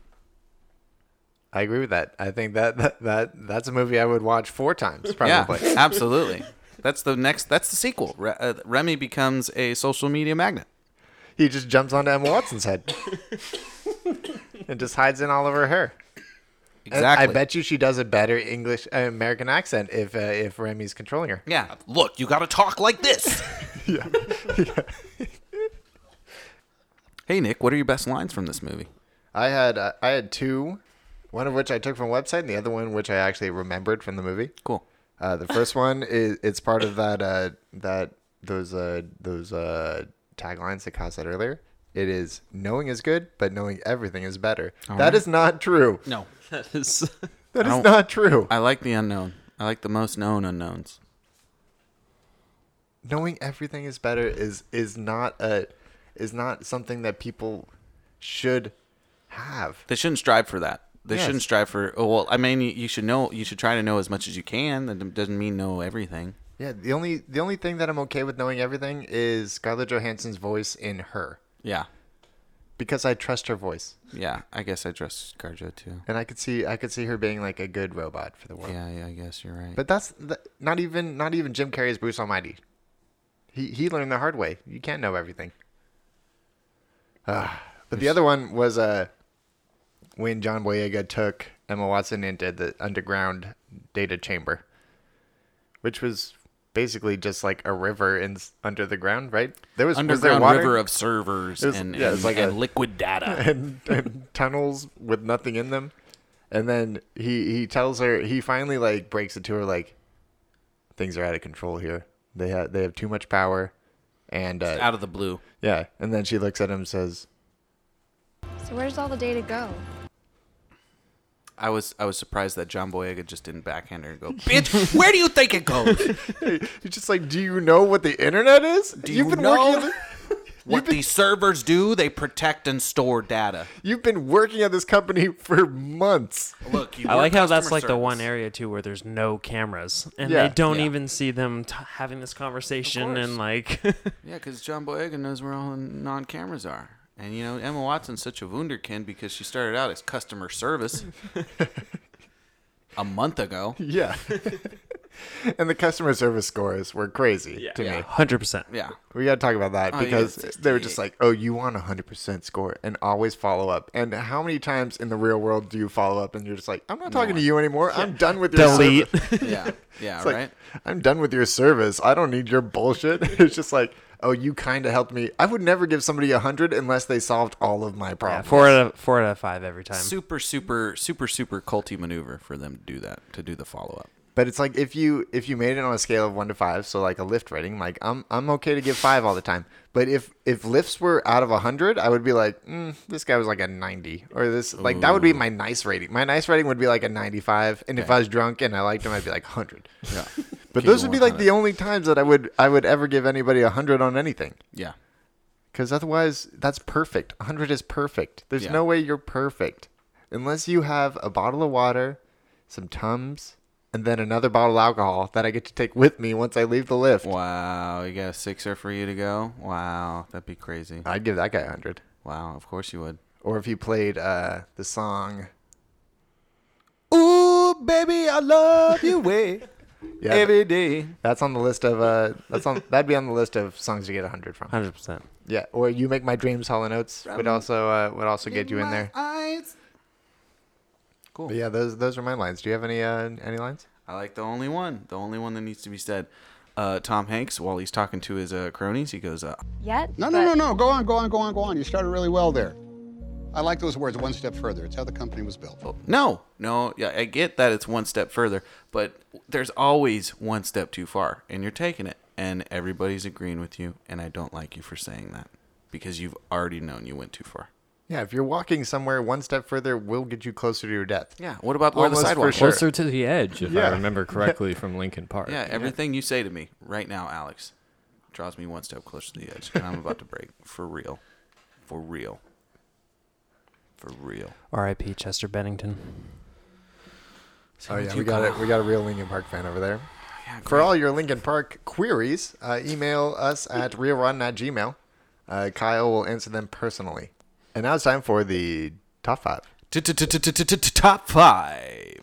Speaker 2: I agree with that. I think that that, that that's a movie I would watch four times probably.
Speaker 1: Yeah, absolutely. That's the next. That's the sequel. Re- uh, Remy becomes a social media magnet.
Speaker 2: He just jumps onto Emma Watson's head and just hides in all over her. And
Speaker 1: Exactly.
Speaker 2: I bet you she does a better English uh, American accent if uh, if Remy's controlling her.
Speaker 1: Yeah. Look, you got to talk like this. Hey Nick, what are your best lines from this movie?
Speaker 2: I had uh, I had two, one of which I took from a website, and the other one which I actually remembered from the movie.
Speaker 1: Cool.
Speaker 2: Uh, the first one is it's part of that uh, that those uh, those uh, taglines that Kyle said earlier. It is knowing is good, but knowing everything is better. That is
Speaker 1: right.
Speaker 2: not true.
Speaker 1: No.
Speaker 3: That is.
Speaker 2: That
Speaker 1: I
Speaker 2: is
Speaker 1: don't-
Speaker 2: not true.
Speaker 1: I like the unknown. I like the most known unknowns.
Speaker 2: knowing everything is better is is not a is not something that people should have.
Speaker 1: They shouldn't strive for that. They
Speaker 2: Yes.
Speaker 1: shouldn't strive for. oh, Well, I mean, you- you should know. You should try to know as much as you can. That doesn't mean know everything.
Speaker 2: Yeah, the only the only thing that I'm okay with knowing everything is Scarlett Johansson's voice in her
Speaker 1: Yeah,
Speaker 2: because I trust her voice
Speaker 1: yeah. I guess I trust Garjo too.
Speaker 2: and I could see I could see her being like a good robot for the world.
Speaker 1: Yeah, yeah. I guess you're right.
Speaker 2: But that's th not even not even Jim Carrey's Bruce Almighty. He he learned the hard way. You can't know everything. Ah, but the other one was uh, when John Boyega took Emma Watson into the underground data chamber, which was basically just like a river in s- under the ground, right? There was was there
Speaker 1: underground
Speaker 2: water?
Speaker 1: river of servers
Speaker 2: It was-
Speaker 1: and,
Speaker 2: yeah, it was
Speaker 1: and-
Speaker 2: like
Speaker 1: and
Speaker 2: a-
Speaker 1: liquid data.
Speaker 2: and, and tunnels with nothing in them. And then he he tells her he finally like breaks it to her like things are out of control here. They have they have too much power, and uh,
Speaker 1: out of the blue.
Speaker 2: yeah. And then she looks at him and says,
Speaker 9: So where does all the data go?
Speaker 1: I was I was surprised that John Boyega just didn't backhand her and go, "Bitch, where do you think it goes?
Speaker 2: "He's just like, do you know what the internet is?
Speaker 1: Do
Speaker 2: you've
Speaker 1: you
Speaker 2: been
Speaker 1: know?"
Speaker 2: working at the-
Speaker 1: What these servers do? They protect and store data.
Speaker 2: you've been working at this company for months.
Speaker 1: Look, you
Speaker 3: I
Speaker 1: were
Speaker 3: like how that's
Speaker 1: customer
Speaker 3: like the
Speaker 1: service.
Speaker 3: one area too where there's no cameras, and
Speaker 2: Yeah.
Speaker 3: they don't
Speaker 1: Yeah.
Speaker 3: even see them t- having this conversation and like.
Speaker 1: Yeah, because John Boyega knows where all the non-cameras are. And you know Emma Watson's such a wunderkind because she started out as customer service a month ago.
Speaker 2: Yeah. and the customer service scores were crazy to me.
Speaker 3: Hundred percent.
Speaker 1: Yeah,
Speaker 2: We got to talk about that
Speaker 1: Oh, yeah,
Speaker 2: because
Speaker 1: it's-
Speaker 2: they were just like, "Oh, you want a hundred percent score and always follow up." And how many times in the real world do you follow up and you're just like, "I'm not talking to you anymore. I'm done with your
Speaker 3: Delete.
Speaker 2: service."
Speaker 1: yeah, yeah,
Speaker 2: It's like,
Speaker 1: right.
Speaker 2: I'm done with your service. I don't need your bullshit." It's just like, "Oh, you kind of helped me. I would never give somebody a hundred unless they solved all of my problems."
Speaker 3: Four out of four out of five every time.
Speaker 1: super, super, super, super culty maneuver for them to do that to do the follow-up.
Speaker 2: But it's like if you if you made it on a scale of one to five, so like a lift rating, like I'm I'm okay to give five all the time. But if if lifts were out of hundred, I would be like, mm, this guy was like a ninety, or this like that would be my nice rating. My nice rating would be like a ninety-five, and if I was drunk and I liked him, I'd be like hundred.
Speaker 1: Yeah,
Speaker 2: But
Speaker 1: Keep
Speaker 2: those
Speaker 1: it
Speaker 2: would be like
Speaker 1: 100.
Speaker 2: the only times that I would I would ever give anybody a hundred on anything,
Speaker 1: yeah.
Speaker 2: because otherwise that's perfect. hundred is perfect. There's
Speaker 1: Yeah.
Speaker 2: no way you're perfect unless you have a bottle of water, some tums, and then another bottle of alcohol that I get to take with me once I leave the lift.
Speaker 1: Wow, you got a sixer for you to go. Wow, that'd be crazy.
Speaker 2: I'd give that guy a hundred.
Speaker 1: Wow, of course you would.
Speaker 2: Or if he played uh, the song,
Speaker 1: Ooh, baby, I love you way
Speaker 2: yeah,
Speaker 1: every day.
Speaker 2: that's on the list of uh, that's on that'd be on the list of songs you get a hundred from.
Speaker 3: Hundred percent.
Speaker 2: Yeah, or you make my dreams Hall and Oates would also uh, would also get you in there.
Speaker 1: Cool.
Speaker 2: But yeah, those those are my lines. Do you have any uh, any lines?
Speaker 1: I like the only one, the only one that needs to be said. Uh, Tom Hanks, while he's talking to his uh, cronies, he goes, uh,
Speaker 6: Yet?
Speaker 8: No, no, no, no. Go on, go on, go on, go on. You started really well there. I like those words. One step further. It's how the company was built.
Speaker 1: "No, no, yeah, I get that it's one step further, but there's always one step too far, and you're taking it, and everybody's agreeing with you, and I don't like you for saying that because you've already known you went too far."
Speaker 2: Yeah, if you're walking somewhere, one step further will get you closer to your death.
Speaker 1: Yeah. What about where the
Speaker 2: Almost for
Speaker 1: sidewalk?
Speaker 2: sure.
Speaker 4: Closer to the edge, if
Speaker 2: Yeah.
Speaker 4: I remember correctly from Lincoln Park.
Speaker 1: Yeah, everything you say to me right now, Alex, draws me one step closer to the edge, and I'm about to break for real, for real, for for real.
Speaker 3: R.I.P. Chester Bennington.
Speaker 2: Oh yeah, we Oh, got it. We got a real Lincoln Park fan over there. For all your Lincoln Park queries, uh, email us at realrun at gmail. Uh, Kyle will answer them personally. And now it's time for the top five.
Speaker 1: Top five.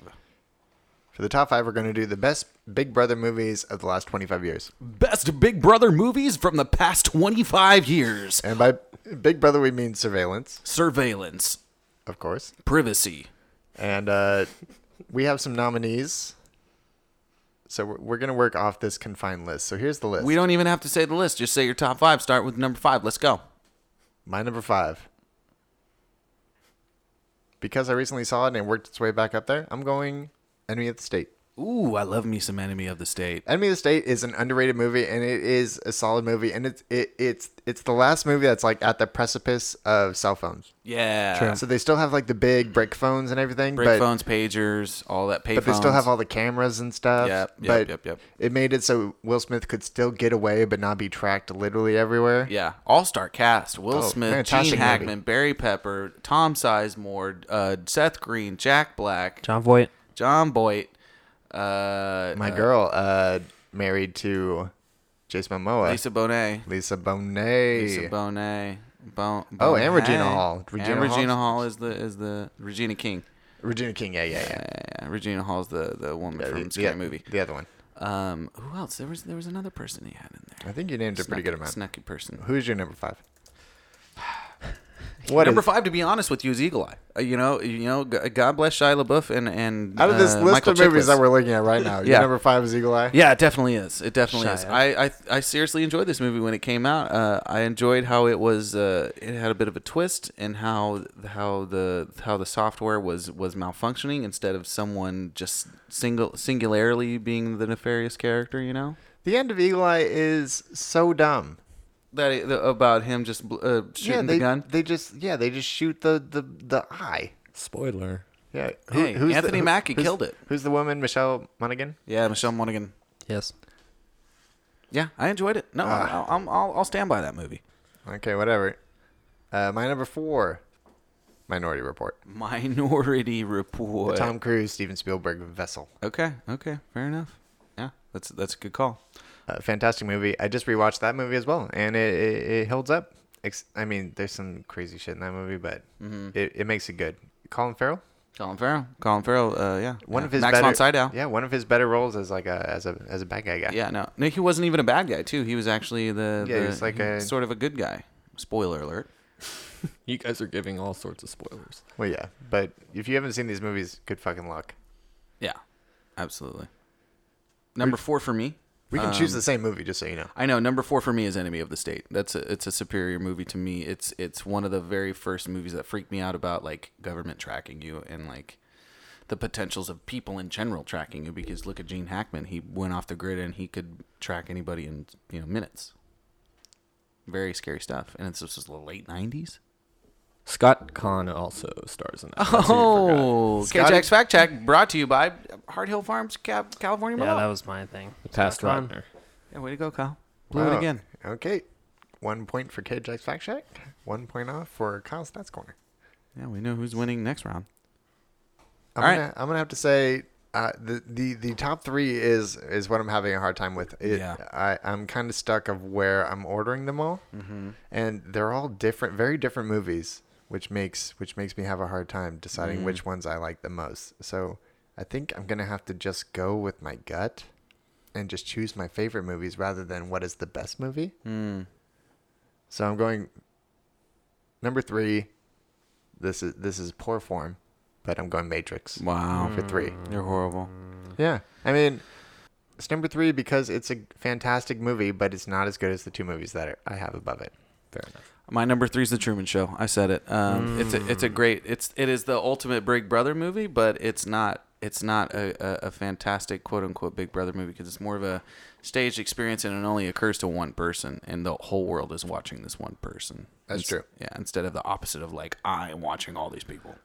Speaker 2: For the top five, we're going to do the best Big Brother movies of the last 25 years.
Speaker 1: Best Big Brother movies from the past 25 years.
Speaker 2: And by Big Brother, we mean surveillance.
Speaker 1: Surveillance.
Speaker 2: Of course.
Speaker 1: Privacy.
Speaker 2: And uh, we have some nominees. So we're, we're going to work off this confined list. So here's the list.
Speaker 1: We don't even have to say the list. Just say your top five. Start with number five. Let's go.
Speaker 2: My number five. Because I recently saw it and it worked its way back up there, I'm going Enemy of the State.
Speaker 1: Ooh, I love me some Enemy of the State.
Speaker 2: Enemy of the State is an underrated movie and it is a solid movie and it's it, it's it's the last movie that's like at the precipice of cell phones.
Speaker 1: Yeah.
Speaker 2: So they still have like the big brick phones and everything,
Speaker 1: Brick
Speaker 2: but
Speaker 1: phones, pagers, all that. Pay
Speaker 2: but they still have all the cameras and stuff.
Speaker 1: Yep, yep,
Speaker 2: but
Speaker 1: yep, yep.
Speaker 2: It made it so Will Smith could still get away but not be tracked literally everywhere.
Speaker 1: Yeah, all star cast: Will
Speaker 2: Oh,
Speaker 1: Smith,
Speaker 2: fantastic
Speaker 1: Gene
Speaker 2: movie.
Speaker 1: Hackman, Barry Pepper, Tom Sizemore, uh, Seth Green, Jack Black,
Speaker 3: John Voight.
Speaker 1: John Boyd. Uh,
Speaker 2: My
Speaker 1: uh,
Speaker 2: girl, uh, married to Jason Momoa, Lisa,
Speaker 1: Lisa Bonet,
Speaker 2: Bonet.
Speaker 1: Lisa Bonet, Bon.
Speaker 2: Oh, and Regina
Speaker 1: Bonet.
Speaker 2: Hall. Regina
Speaker 1: and Regina
Speaker 2: Hall's-
Speaker 1: Hall is the is the Regina King.
Speaker 2: Regina King, yeah, yeah, yeah.
Speaker 1: Yeah, Regina Hall's the the woman
Speaker 2: Yeah,
Speaker 1: from
Speaker 2: the-
Speaker 1: Scary
Speaker 2: yeah,
Speaker 1: Movie.
Speaker 2: The other one.
Speaker 1: Um, who else? There was there was another person he had in there.
Speaker 2: I think you named a pretty good
Speaker 1: Snuck-
Speaker 2: amount.
Speaker 1: Snucky person.
Speaker 2: Who's your number five? What
Speaker 1: number
Speaker 2: is-
Speaker 1: five, to be honest with you, is Eagle Eye. Uh, you know, you know. g- God bless Shia LaBeouf and and
Speaker 2: Out of this
Speaker 1: uh,
Speaker 2: list
Speaker 1: Michael
Speaker 2: of movies
Speaker 1: Chiklis.
Speaker 2: that we're looking at right now,
Speaker 1: Yeah.
Speaker 2: your number five is Eagle Eye.
Speaker 1: Yeah, it definitely is. It definitely is.
Speaker 3: Shia.
Speaker 1: I, I I seriously enjoyed this movie when it came out. Uh, I enjoyed how it was. Uh, it had a bit of a twist and how how the how the software was was malfunctioning instead of someone just single singularly being the nefarious character. You know.
Speaker 2: The end of Eagle Eye is so dumb.
Speaker 1: That it- the- about him just bl- uh, shooting
Speaker 2: yeah, they,
Speaker 1: the gun.
Speaker 2: They just yeah, they just shoot the the the eye.
Speaker 4: Spoiler.
Speaker 2: Yeah.
Speaker 1: Hey, Anthony Mackie
Speaker 2: who's-
Speaker 1: killed it.
Speaker 2: Who's the woman? Michelle Monaghan.
Speaker 1: Yeah, Michelle Monaghan.
Speaker 3: Yes.
Speaker 1: Yeah, I enjoyed it. No, I, I'm, I'll, I'll stand by that movie.
Speaker 2: Okay, whatever. Uh, my number four, Minority Report.
Speaker 1: Minority Report.
Speaker 2: Tom Cruise, Steven Spielberg vessel.
Speaker 1: Okay, okay, fair enough. Yeah, that's that's a good call.
Speaker 2: Uh, fantastic movie. I just rewatched that movie as well, and it it, it holds up. Ex- I mean, there's some crazy shit in that movie, but
Speaker 1: Mm-hmm.
Speaker 2: it, it makes it good. Colin Farrell,
Speaker 1: Colin Farrell. Colin Farrell. Uh, yeah.
Speaker 2: one
Speaker 1: yeah.
Speaker 2: of his
Speaker 1: Max
Speaker 2: better,
Speaker 1: von Sydow.
Speaker 2: Yeah, one of his better roles as like a as a as a bad guy guy.
Speaker 1: Yeah. No, no, he wasn't even a bad guy too. He was actually the
Speaker 2: Yeah,
Speaker 1: the,
Speaker 2: he was like a-
Speaker 1: sort of a good guy. Spoiler alert.
Speaker 4: You guys are giving all sorts of spoilers.
Speaker 2: Well, yeah, but if you haven't seen these movies, good fucking luck.
Speaker 1: Yeah, absolutely. Number four for me.
Speaker 2: We can
Speaker 1: Um,
Speaker 2: choose the same movie, just so you know.
Speaker 1: I know number four for me is Enemy of the State. That's a, it's a superior movie to me. It's it's one of the very first movies that freaked me out about like government tracking you and like the potentials of people in general tracking you because look at Gene Hackman. He went off the grid and he could track anybody in you know minutes. Very scary stuff, and it's this is the late nineties.
Speaker 4: Scott Kahn also stars in that. That's who you
Speaker 1: Oh,
Speaker 2: Scotty-
Speaker 1: KJX Fact Check brought to you by Hard Hill Farms, Cal- California.
Speaker 3: Yeah,
Speaker 1: Mall.
Speaker 3: that was my thing.
Speaker 4: forgot. Past
Speaker 3: Scott Kahn.
Speaker 4: Wagner.
Speaker 1: yeah, way to go, Kyle. Blew it
Speaker 2: Wow.
Speaker 1: again.
Speaker 2: Oh, Okay, one point for KJ's fact check. One point off for Kyle's stats corner.
Speaker 1: Yeah, we know who's winning next round.
Speaker 2: I'm
Speaker 1: All right.
Speaker 2: gonna, I'm gonna have to say uh, the the the top three is is what I'm having a hard time with. It,
Speaker 1: Yeah.
Speaker 2: I I'm kind of stuck of where I'm ordering them all,
Speaker 1: Mm-hmm.
Speaker 2: and they're all different, very different movies, which makes which makes me have a hard time deciding
Speaker 1: Mm.
Speaker 2: which ones I like the most. So I think I'm gonna have to just go with my gut, and just choose my favorite movies rather than what is the best movie. So I'm going number three. This is this is poor form, but I'm going Matrix
Speaker 1: Wow,
Speaker 2: for three.
Speaker 1: you're Mm. horrible.
Speaker 2: Yeah, I mean, it's number three because it's a fantastic movie, but it's not as good as the two movies that are, I have above it.
Speaker 4: Fair enough.
Speaker 1: My number three is the Truman Show. I said it. Um, It's a
Speaker 2: Mm.
Speaker 1: it's a great it's it is the ultimate Big Brother movie, but it's not it's not a, a, a fantastic quote unquote Big Brother movie because it's more of a staged experience and it only occurs to one person and the whole world is watching this one person.
Speaker 2: That's
Speaker 1: Ins-
Speaker 2: true.
Speaker 1: Yeah, instead of the opposite of like I am watching all these people.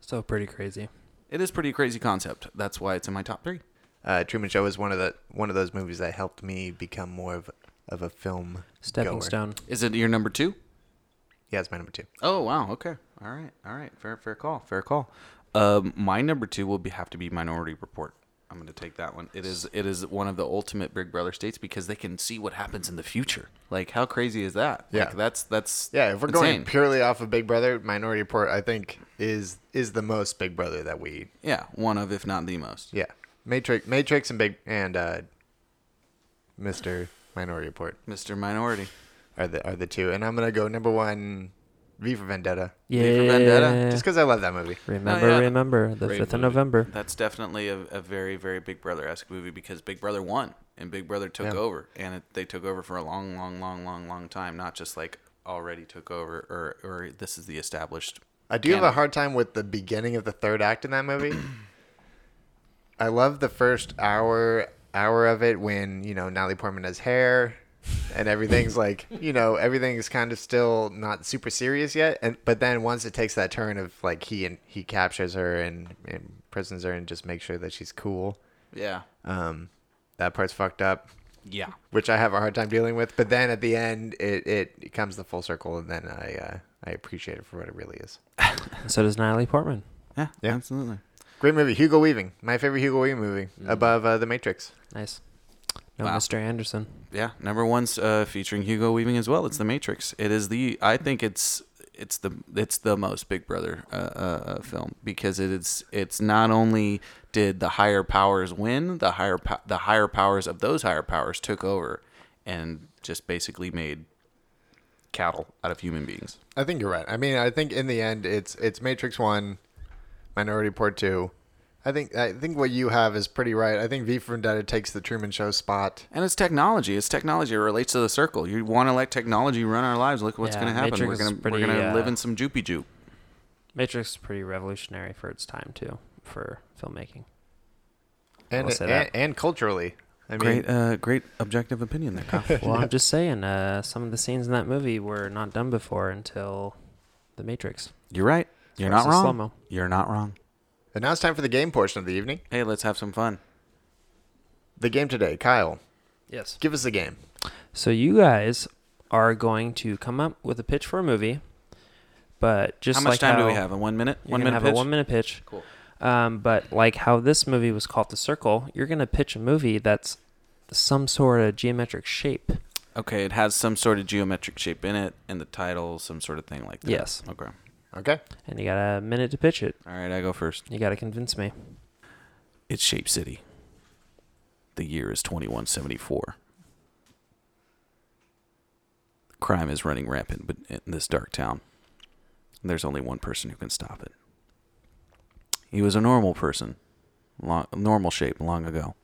Speaker 3: So pretty crazy.
Speaker 1: It is pretty crazy concept. That's why it's in my top three.
Speaker 2: Uh, Truman Show is one of the one of those movies that helped me become more of of a film
Speaker 3: Stepping
Speaker 2: goer.
Speaker 3: stone.
Speaker 1: Is it your number two?
Speaker 2: Yeah, it's my number two.
Speaker 1: Oh wow. Okay. All right. All right. Fair fair call. Fair call. Um, my number two will be have to be Minority Report. I'm going to take that one. It is it is one of the ultimate Big Brother states because they can see what happens in the future. Like how crazy is that?
Speaker 2: Yeah.
Speaker 1: Like, that's that's
Speaker 2: Yeah, if we're
Speaker 1: insane.
Speaker 2: going purely off of Big Brother, Minority Report, I think is is the most Big Brother that we.
Speaker 1: Yeah, one of if not the most.
Speaker 2: Yeah, Matrix, Matrix, and Big and uh, Mister Minority Report,
Speaker 1: Mister Minority
Speaker 2: are the are the two, and I'm gonna go number one, V for Vendetta.
Speaker 3: V for Vendetta. Yeah.
Speaker 2: just because I love that movie.
Speaker 3: Remember,
Speaker 1: yeah.
Speaker 3: remember the
Speaker 1: Great
Speaker 3: fifth of
Speaker 1: movie.
Speaker 3: November.
Speaker 1: That's definitely a, a very very Big Brother esque movie because Big Brother won and Big Brother took
Speaker 2: Yeah.
Speaker 1: over and it, they took over for a long long long long long time. Not just like already took over or or this is the established.
Speaker 2: I do have a hard time with the beginning of the third act in that movie. I love the first hour hour of it when you know Natalie Portman has hair and everything's like you know everything's kind of still not super serious yet. And but then once it takes that turn of like he and he captures her and, and prisons her and just makes sure that she's cool.
Speaker 1: Yeah.
Speaker 2: Um, that part's fucked up.
Speaker 1: Yeah.
Speaker 2: Which I have a hard time dealing with, but then at the end, it, it comes the full circle, and then I uh, I appreciate it for what it really is.
Speaker 3: So does Natalie Portman.
Speaker 1: Yeah,
Speaker 2: Yeah.
Speaker 1: absolutely.
Speaker 2: Great movie, Hugo Weaving. My favorite Hugo Weaving movie, above uh, The Matrix.
Speaker 3: Nice. No,
Speaker 1: Wow.
Speaker 3: Mr. Anderson.
Speaker 1: Yeah, number one's uh, featuring Hugo Weaving as well. It's The Matrix. It is the I think it's it's the it's the most Big Brother uh, uh, uh, film because it is it's not only did the higher powers win, the higher po- the higher powers of those higher powers took over and just basically made cattle out of human beings.
Speaker 2: I think you're right. I mean, I think in the end, it's it's Matrix One, Minority Report Two. I think I think what you have is pretty right. I think V for Vendetta takes the Truman Show spot.
Speaker 1: And it's technology. It's technology. It relates to the circle. You want to let technology run our lives. Look what's
Speaker 3: Yeah,
Speaker 1: going to happen. We're
Speaker 3: Matrix is
Speaker 1: going to
Speaker 3: pretty,
Speaker 1: we're going to
Speaker 3: uh,
Speaker 1: live in some joopy joop.
Speaker 3: Matrix is pretty revolutionary for its time too for filmmaking.
Speaker 2: and
Speaker 3: I'll say
Speaker 2: and, and culturally. I mean,
Speaker 1: Great, uh, great objective opinion there. Kyle.
Speaker 3: Well, I'm just saying, uh, some of the scenes in that movie were not done before until The Matrix.
Speaker 1: You're right. You're
Speaker 3: Starts
Speaker 1: not
Speaker 3: in
Speaker 1: wrong.
Speaker 3: slow-mo.
Speaker 1: You're not wrong.
Speaker 2: and now it's time for the game portion of the evening.
Speaker 1: Hey, let's have some fun.
Speaker 2: The game today, Kyle.
Speaker 3: Yes.
Speaker 2: Give us the game.
Speaker 3: So you guys are going to come up with a pitch for a movie, but just
Speaker 1: how much
Speaker 3: like
Speaker 1: time do we
Speaker 3: how-
Speaker 1: have? A one minute?
Speaker 3: You're
Speaker 1: one
Speaker 3: gonna
Speaker 1: minute
Speaker 3: have
Speaker 1: pitch?
Speaker 3: a one minute pitch.
Speaker 1: Cool.
Speaker 3: Um, but like how this movie was called The Circle, you're gonna pitch a movie that's some sort of geometric shape.
Speaker 1: Okay, it has some sort of geometric shape in it, and the title, some sort of thing like that.
Speaker 3: Yes.
Speaker 1: Okay.
Speaker 2: Okay.
Speaker 3: And you got a minute to pitch it.
Speaker 1: All right, I go first.
Speaker 3: You gotta convince me.
Speaker 1: It's Shape City. The year is 2174. Crime is running rampant but in this dark town. There's only one person who can stop it. He was a normal person, long, normal shape long ago.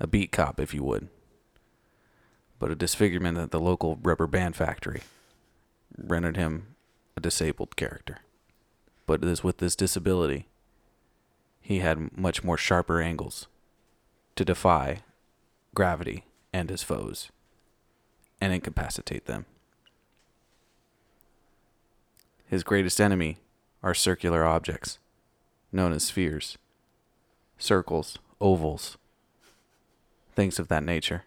Speaker 1: A beat cop, if you would. But a disfigurement at the local rubber band factory rendered him a disabled character. But it is with this disability, he had much more sharper angles to defy gravity and his foes and incapacitate them. His greatest enemy are circular objects, known as spheres, circles, ovals, things of that nature.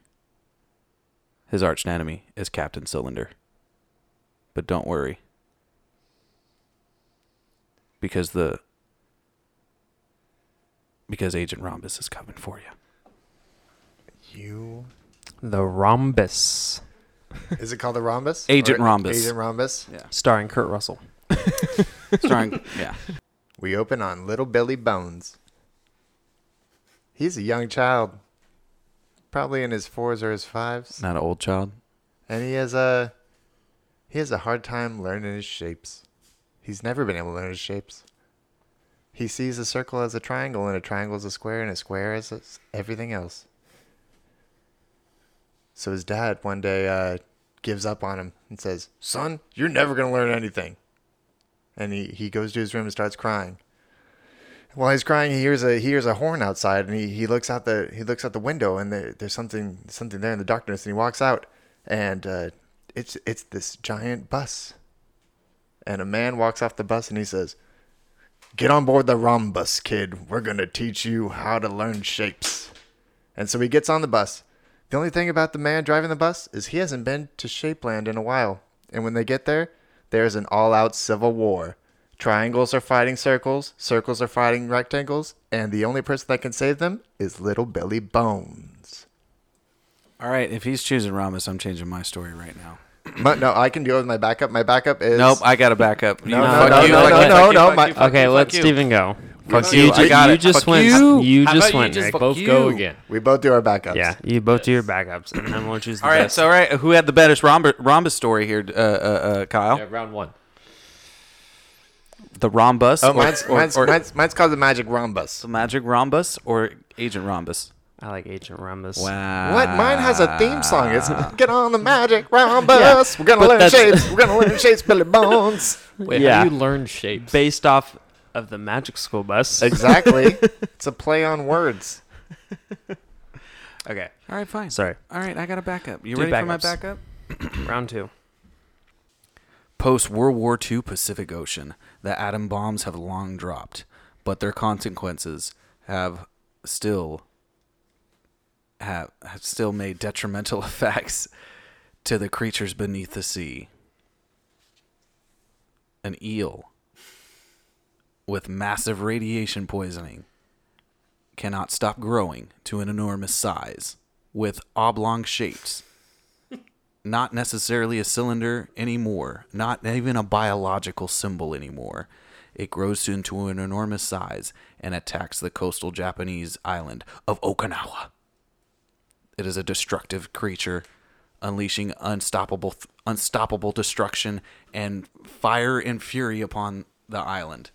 Speaker 1: His arch enemy is Captain Cylinder. But don't worry, because the because Agent Rhombus is coming for you.
Speaker 2: You.
Speaker 3: The Rhombus,
Speaker 2: Is it called the Rhombus?
Speaker 1: Agent
Speaker 2: Or
Speaker 1: Rhombus.
Speaker 2: Agent Rhombus.
Speaker 3: starring Kurt Russell.
Speaker 1: Starring, yeah.
Speaker 2: We open on Little Billy Bones. He's a young child, probably in his fours or his fives,
Speaker 1: Not an old child.
Speaker 2: and he has a he has a hard time learning his shapes. He's never been able to learn his shapes. He sees a circle as a triangle, and a triangle as a square, and a square as as everything else. So his dad one day uh, gives up on him and says, "Son, you're never gonna learn anything." And he, he goes to his room and starts crying. While he's crying, he hears a he hears a horn outside, and he, he looks out the he looks out the window, and there, there's something something there in the darkness, and he walks out, and uh, it's it's this giant bus, and a man walks off the bus, and he says, "Get on board the rhombus, kid. We're gonna teach you how to learn shapes." And so he gets on the bus. The only thing about the man driving the bus is he hasn't been to Shapeland in a while, and when they get there, There's an all out civil war. Triangles are fighting circles, circles are fighting rectangles, and the only person that can save them is Little Billy Bones.
Speaker 1: All right, if he's choosing Ramos, I'm changing my story right now.
Speaker 2: But no, I can deal with my backup. My backup is.
Speaker 1: Nope, I got to back up.
Speaker 2: No, no, no, no, no, no, no, my-
Speaker 3: okay, let Steven go.
Speaker 1: Fuck
Speaker 3: you.
Speaker 1: you, I
Speaker 3: ju-
Speaker 1: got
Speaker 3: you
Speaker 1: it.
Speaker 3: just
Speaker 1: Fuck
Speaker 3: went.
Speaker 1: you.
Speaker 3: You,
Speaker 1: How
Speaker 3: just
Speaker 1: about you
Speaker 3: went.
Speaker 1: just
Speaker 3: Nick.
Speaker 1: fuck
Speaker 3: both go
Speaker 1: you?
Speaker 3: again.
Speaker 2: We both do our backups.
Speaker 3: Yeah, you both do your backups, and then we'll choose the
Speaker 1: All right,
Speaker 3: best.
Speaker 1: so all right, who had the baddest rhombus, rhombus story here, uh, uh, uh, Kyle?
Speaker 4: Yeah, round one.
Speaker 1: The rhombus.
Speaker 2: Oh,
Speaker 1: or-
Speaker 2: mine's,
Speaker 1: or-
Speaker 2: mine's,
Speaker 1: or-
Speaker 2: mine's, mine's called the Magic Rhombus.
Speaker 1: The Magic Rhombus or Agent Rhombus?
Speaker 3: I like Agent Rhombus.
Speaker 1: Wow.
Speaker 2: What? Mine has a theme song. It's Get on the Magic Rhombus. We're going to
Speaker 3: but
Speaker 2: learn
Speaker 3: that's-
Speaker 2: shapes. We're going to learn shapes, Billy Bones.
Speaker 4: Wait,
Speaker 3: Yeah.
Speaker 4: how do you learn shapes?
Speaker 3: based off of the Magic School Bus.
Speaker 2: Exactly. it's a play on words.
Speaker 1: Okay. All right, fine.
Speaker 3: Sorry,
Speaker 1: All right, I got a backup. You
Speaker 3: Do
Speaker 1: ready for my
Speaker 3: backups.
Speaker 1: backup?
Speaker 3: round two.
Speaker 1: Post World War II Pacific Ocean, the atom bombs have long dropped, but their consequences have still have, have still made detrimental effects to the creatures beneath the sea. An eel with massive radiation poisoning cannot stop growing to an enormous size with oblong shapes not necessarily a cylinder anymore, not even a biological symbol anymore. It grows into an enormous size and attacks the coastal Japanese island of Okinawa. It is a destructive creature, unleashing unstoppable, unstoppable destruction and fire and fury upon the island.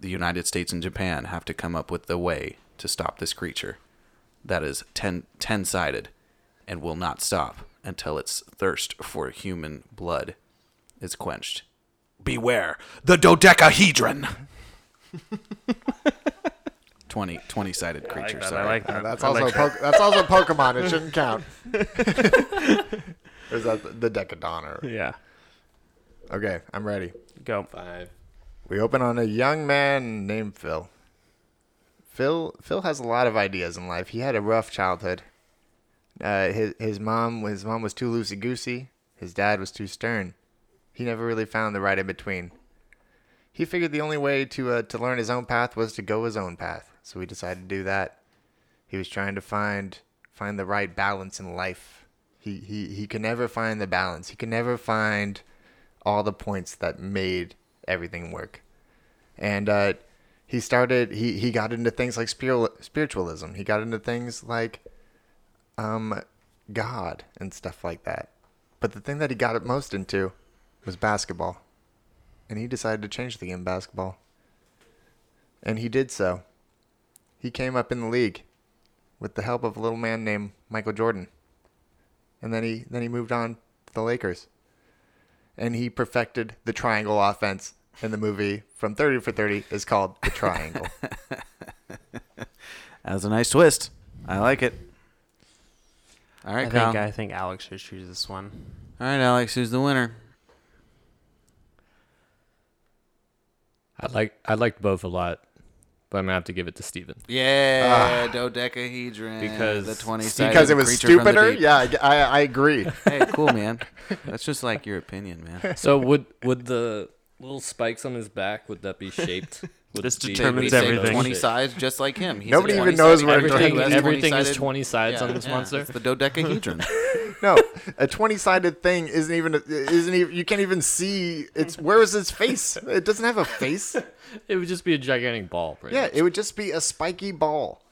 Speaker 1: The United States and Japan have to come up with the way to stop this creature that is ten, sided and will not stop until its thirst for human blood is quenched. Beware the dodecahedron! 20, 20 sided creature. sorry.
Speaker 2: Uh, that's, also po- that's also Pokemon. It shouldn't count. or is that the, the Decadon? Or-
Speaker 3: Yeah,
Speaker 2: Okay, I'm ready.
Speaker 3: go.
Speaker 4: Five.
Speaker 2: We open on a young man named Phil. Phil Phil has a lot of ideas in life. He had a rough childhood. Uh, his his mom his mom was too loosey goosey. His dad was too stern. He never really found the right in between. He figured the only way to uh, to learn his own path was to go his own path. So he decided to do that. He was trying to find find the right balance in life. He he he could never find the balance. He could never find all the points that made everything work. And uh, he started. He he got into things like spiritual, spiritualism. He got into things like um, God and stuff like that. But the thing that he got it most into was basketball. And he decided to change the game of basketball. And he did so. He came up in the league with the help of a little man named Michael Jordan. And then he then he moved on to the Lakers. And he perfected the triangle offense in the movie from 30 for 30 is called The Triangle.
Speaker 1: That was a nice twist. I like it. All
Speaker 3: I
Speaker 1: right, Kyle.
Speaker 3: think I think Alex should choose this one.
Speaker 1: All right, Alex, who's the winner?
Speaker 4: I like I liked both a lot, but I'm gonna have to give it to Steven.
Speaker 1: Yeah, dodecahedron.
Speaker 4: Because-
Speaker 1: the twenty
Speaker 2: Ah. because it was stupider? Yeah, I, I I agree.
Speaker 1: Hey, cool, man. That's just like your opinion, man.
Speaker 4: So would would the little spikes on his back would that be shaped? Would
Speaker 3: This
Speaker 4: it be-
Speaker 3: determines
Speaker 1: We
Speaker 4: be
Speaker 1: say
Speaker 3: everything.
Speaker 1: Twenty
Speaker 4: shaped?
Speaker 1: sides, just like him. He's a
Speaker 2: Nobody even
Speaker 1: 20
Speaker 2: knows
Speaker 1: sided-
Speaker 2: what I'm
Speaker 4: Everything,
Speaker 2: Everything-
Speaker 4: everything is
Speaker 1: 20-sided
Speaker 4: 20 sides
Speaker 1: yeah,
Speaker 4: on this
Speaker 1: yeah,
Speaker 4: monster.
Speaker 1: It's the dodecahedron.
Speaker 2: No, a twenty-sided thing isn't even isn't even you can't even see. It's where is his face? It doesn't have a face.
Speaker 4: It would just be a gigantic ball. pretty
Speaker 2: Yeah,
Speaker 4: much.
Speaker 2: it would just be a spiky ball.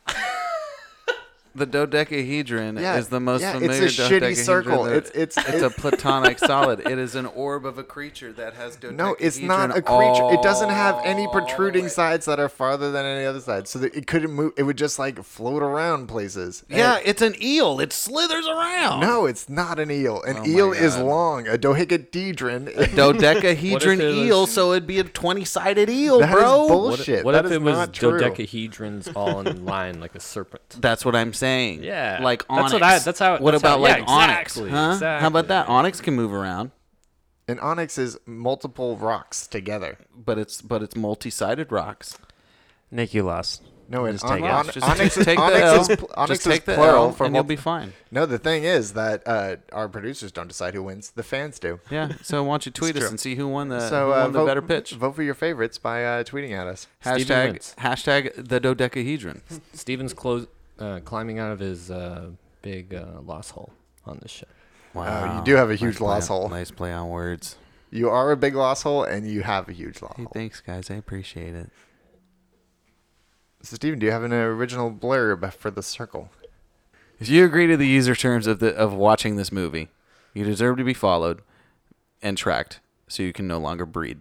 Speaker 1: the dodecahedron
Speaker 2: Yeah,
Speaker 1: is the most
Speaker 2: yeah, it's a
Speaker 1: familiar
Speaker 2: shitty
Speaker 1: dodecahedron
Speaker 2: circle.
Speaker 1: that-
Speaker 2: It's- it's-
Speaker 1: it's a platonic solid. It is an orb of a creature that has dodecahedron.
Speaker 2: No, it's not a creature. It doesn't have any protruding sides that are farther than any other side, so that it couldn't move. It would just like float around places. And
Speaker 1: Yeah,
Speaker 2: it-
Speaker 1: it's an eel. It slithers around.
Speaker 2: no, it's not an eel. An
Speaker 1: Oh my
Speaker 2: eel is
Speaker 1: God.
Speaker 2: long. A dodecahedron.
Speaker 1: dodecahedron
Speaker 4: What if it
Speaker 1: eel,
Speaker 4: was-
Speaker 1: so it'd be a twenty-sided eel,
Speaker 2: That is
Speaker 1: bro.
Speaker 2: bull-
Speaker 4: What, if-
Speaker 2: Bullshit,
Speaker 4: what
Speaker 2: that
Speaker 4: if
Speaker 2: is
Speaker 4: it was
Speaker 2: not true.
Speaker 4: dodecahedrons all in line like a serpent?
Speaker 1: That's what I'm saying.
Speaker 4: Yeah.
Speaker 1: like onyx.
Speaker 4: That's what I- that's how-
Speaker 1: What
Speaker 4: that's
Speaker 1: about
Speaker 4: how-
Speaker 1: like
Speaker 4: yeah,
Speaker 1: onyx?
Speaker 4: exactly,
Speaker 1: huh? How
Speaker 4: exactly.
Speaker 1: about that? Onyx can move around,
Speaker 2: An onyx is multiple rocks together.
Speaker 1: but it's but it's multi-sided rocks.
Speaker 3: Nick, you lost.
Speaker 2: No, it's
Speaker 1: Just take
Speaker 2: on,
Speaker 1: it.
Speaker 2: on,
Speaker 1: Just-
Speaker 2: Onyx
Speaker 1: just
Speaker 2: is,
Speaker 1: take the
Speaker 2: Onyx
Speaker 1: L.
Speaker 2: is, pl-
Speaker 1: Just
Speaker 2: Onyx is
Speaker 1: take the
Speaker 2: plural
Speaker 1: L
Speaker 2: for
Speaker 1: and you'll
Speaker 2: multi-
Speaker 1: be fine.
Speaker 2: No, the thing is that uh, our producers don't decide who wins; the fans do.
Speaker 1: Yeah, so why don't you tweet
Speaker 2: It's
Speaker 1: us
Speaker 2: true.
Speaker 1: and see who won the-
Speaker 2: so,
Speaker 1: who
Speaker 2: uh,
Speaker 1: won the
Speaker 2: vote,
Speaker 1: better pitch.
Speaker 2: Vote for your favorites by uh, tweeting at us.
Speaker 1: Hashtag hashtag the dodecahedron.
Speaker 4: Steven's close, uh, climbing out of his uh, big uh, loss hole on this show.
Speaker 2: Wow, you do have a huge
Speaker 1: play
Speaker 2: loss
Speaker 1: on-
Speaker 2: hole.
Speaker 1: Nice play on words.
Speaker 2: You are a big loss hole, and you have a huge loss.
Speaker 1: Hey, thanks guys, I appreciate it.
Speaker 2: So, Steven, do you have an original blurb for the circle?
Speaker 1: If you agree to the user terms of the of watching this movie, you deserve to be followed and tracked, so you can no longer breed.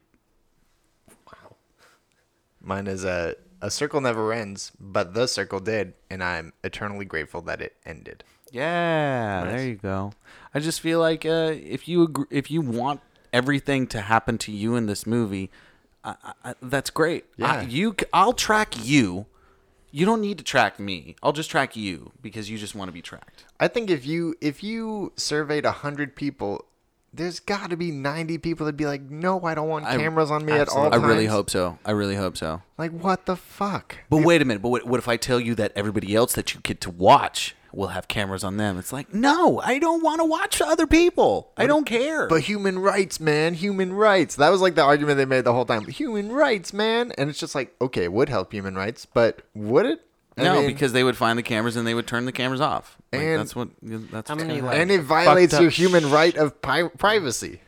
Speaker 2: Mine is a a circle never ends, but the circle did, and I'm eternally grateful that it ended.
Speaker 1: Yeah, there you go. I just feel like uh, if you agree, if you want everything to happen to you in this movie, I, I, I- that's great.
Speaker 2: Yeah.
Speaker 1: I, you, c- I'll track you. You don't need to track me. I'll just track you because you just want to be tracked.
Speaker 2: I think if you if you surveyed hundred people, there's got to be ninety people that'd be like, "No, I don't want
Speaker 1: I-
Speaker 2: cameras on me at all."
Speaker 1: I really
Speaker 2: times."
Speaker 1: hope so. I really hope so.
Speaker 2: Like, what the fuck?
Speaker 1: But wait a minute. But what, what if I tell you that everybody else that you get to watch will have cameras on them? It's like, no, I don't want to watch other people. I don't care.
Speaker 2: But human rights, man, human rights. That was like the argument they made the whole time. Human rights, man, and it's just like, okay, it would help human rights, but would it? I
Speaker 1: no,
Speaker 2: mean,
Speaker 1: because they would find the cameras and they would turn the cameras off. Like,
Speaker 2: And-
Speaker 1: that's what. That's
Speaker 3: How
Speaker 1: what's
Speaker 3: many,
Speaker 1: gonna
Speaker 3: like,
Speaker 2: and it violates
Speaker 1: fucked
Speaker 2: your
Speaker 1: up
Speaker 2: human right of pi- privacy.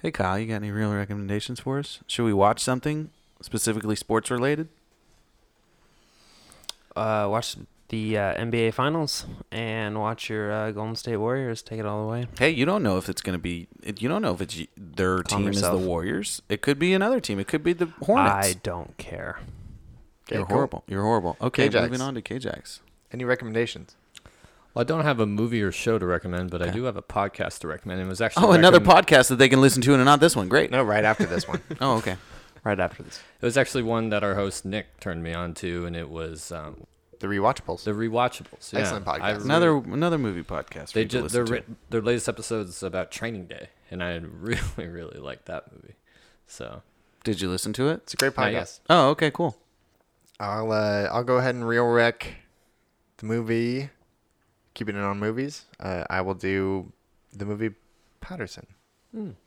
Speaker 1: Hey Kyle, you got any real recommendations for us? Should we watch something specifically sports related?
Speaker 3: Uh, watch the uh, NBA Finals and watch your uh, Golden State Warriors take it all the way.
Speaker 1: Hey, you don't know if it's going to be. it- You don't know if it's y- their team
Speaker 3: yourself.
Speaker 1: is the Warriors. It could be another team. It could be the Hornets.
Speaker 3: I don't care.
Speaker 1: You're
Speaker 2: cool.
Speaker 1: horrible. You're horrible. Okay,
Speaker 2: K-Jax.
Speaker 1: moving on to KJax.
Speaker 2: Any recommendations?
Speaker 4: Well, I don't have a movie or show to recommend, but I do have a podcast to recommend. It was actually
Speaker 1: Oh, another
Speaker 4: recommend-
Speaker 1: podcast that they can listen to and not this one. Great.
Speaker 2: No, right after this one.
Speaker 1: Oh, okay.
Speaker 3: Right after this,
Speaker 4: It was actually one that our host Nick turned me on to, and it was um,
Speaker 2: The rewatchables.
Speaker 4: the rewatchables. Yeah,
Speaker 2: Excellent podcast.
Speaker 4: I really-
Speaker 1: Another another movie podcast. For
Speaker 4: They
Speaker 1: you to
Speaker 4: just
Speaker 1: listen
Speaker 4: their
Speaker 1: to.
Speaker 4: ri- their latest episode is about Training Day, and I really really like that movie. So
Speaker 1: Did you listen to it?
Speaker 2: It's a great
Speaker 4: Not yet.
Speaker 2: podcast.
Speaker 1: Oh, okay, cool.
Speaker 2: I'll uh, I'll go ahead and reel wreck the movie. Keeping it on movies, uh, I will do the movie Patterson,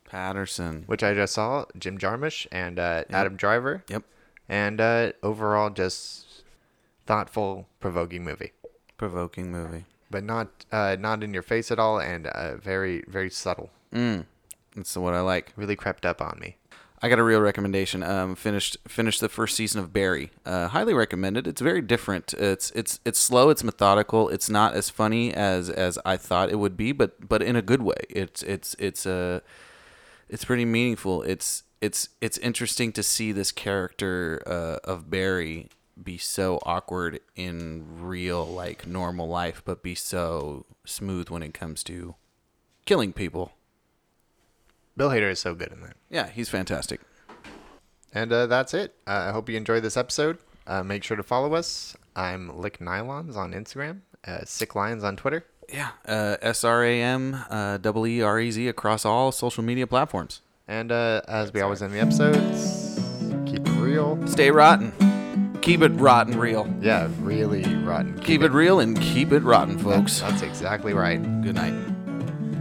Speaker 1: Patterson.
Speaker 2: which I just saw. Jim Jarmusch and uh, Adam Driver.
Speaker 1: Yep.
Speaker 2: And uh, overall, just thoughtful, provoking movie,
Speaker 1: Provoking movie.
Speaker 2: but not uh, not in your face at all, and uh, very very subtle.
Speaker 1: That's what I like.
Speaker 2: Really crept up on me.
Speaker 1: I got a real recommendation. Um, finished finished the first season of Barry. Uh, highly recommended. It's very different. It's it's it's slow. It's methodical. It's not as funny as as I thought it would be, but but in a good way. It's it's it's a it's pretty meaningful. It's it's it's interesting to see this character uh, of Barry be so awkward in real like normal life, but be so smooth when it comes to killing people.
Speaker 2: Bill Hader is so good in that.
Speaker 1: Yeah, he's fantastic.
Speaker 2: And uh, that's it. Uh, I hope you enjoyed this episode. Uh, make sure to follow us. I'm Lick Nylons on Instagram, uh, Sick Lions on Twitter.
Speaker 1: Yeah, uh, S R A M uh, double E R E Z across all social media platforms.
Speaker 2: And uh, as we always end the episodes, keep it real.
Speaker 1: Stay rotten. Keep it rotten real.
Speaker 2: Yeah, really rotten.
Speaker 1: Keep it real and keep it rotten, folks.
Speaker 2: That's exactly right.
Speaker 1: Good night.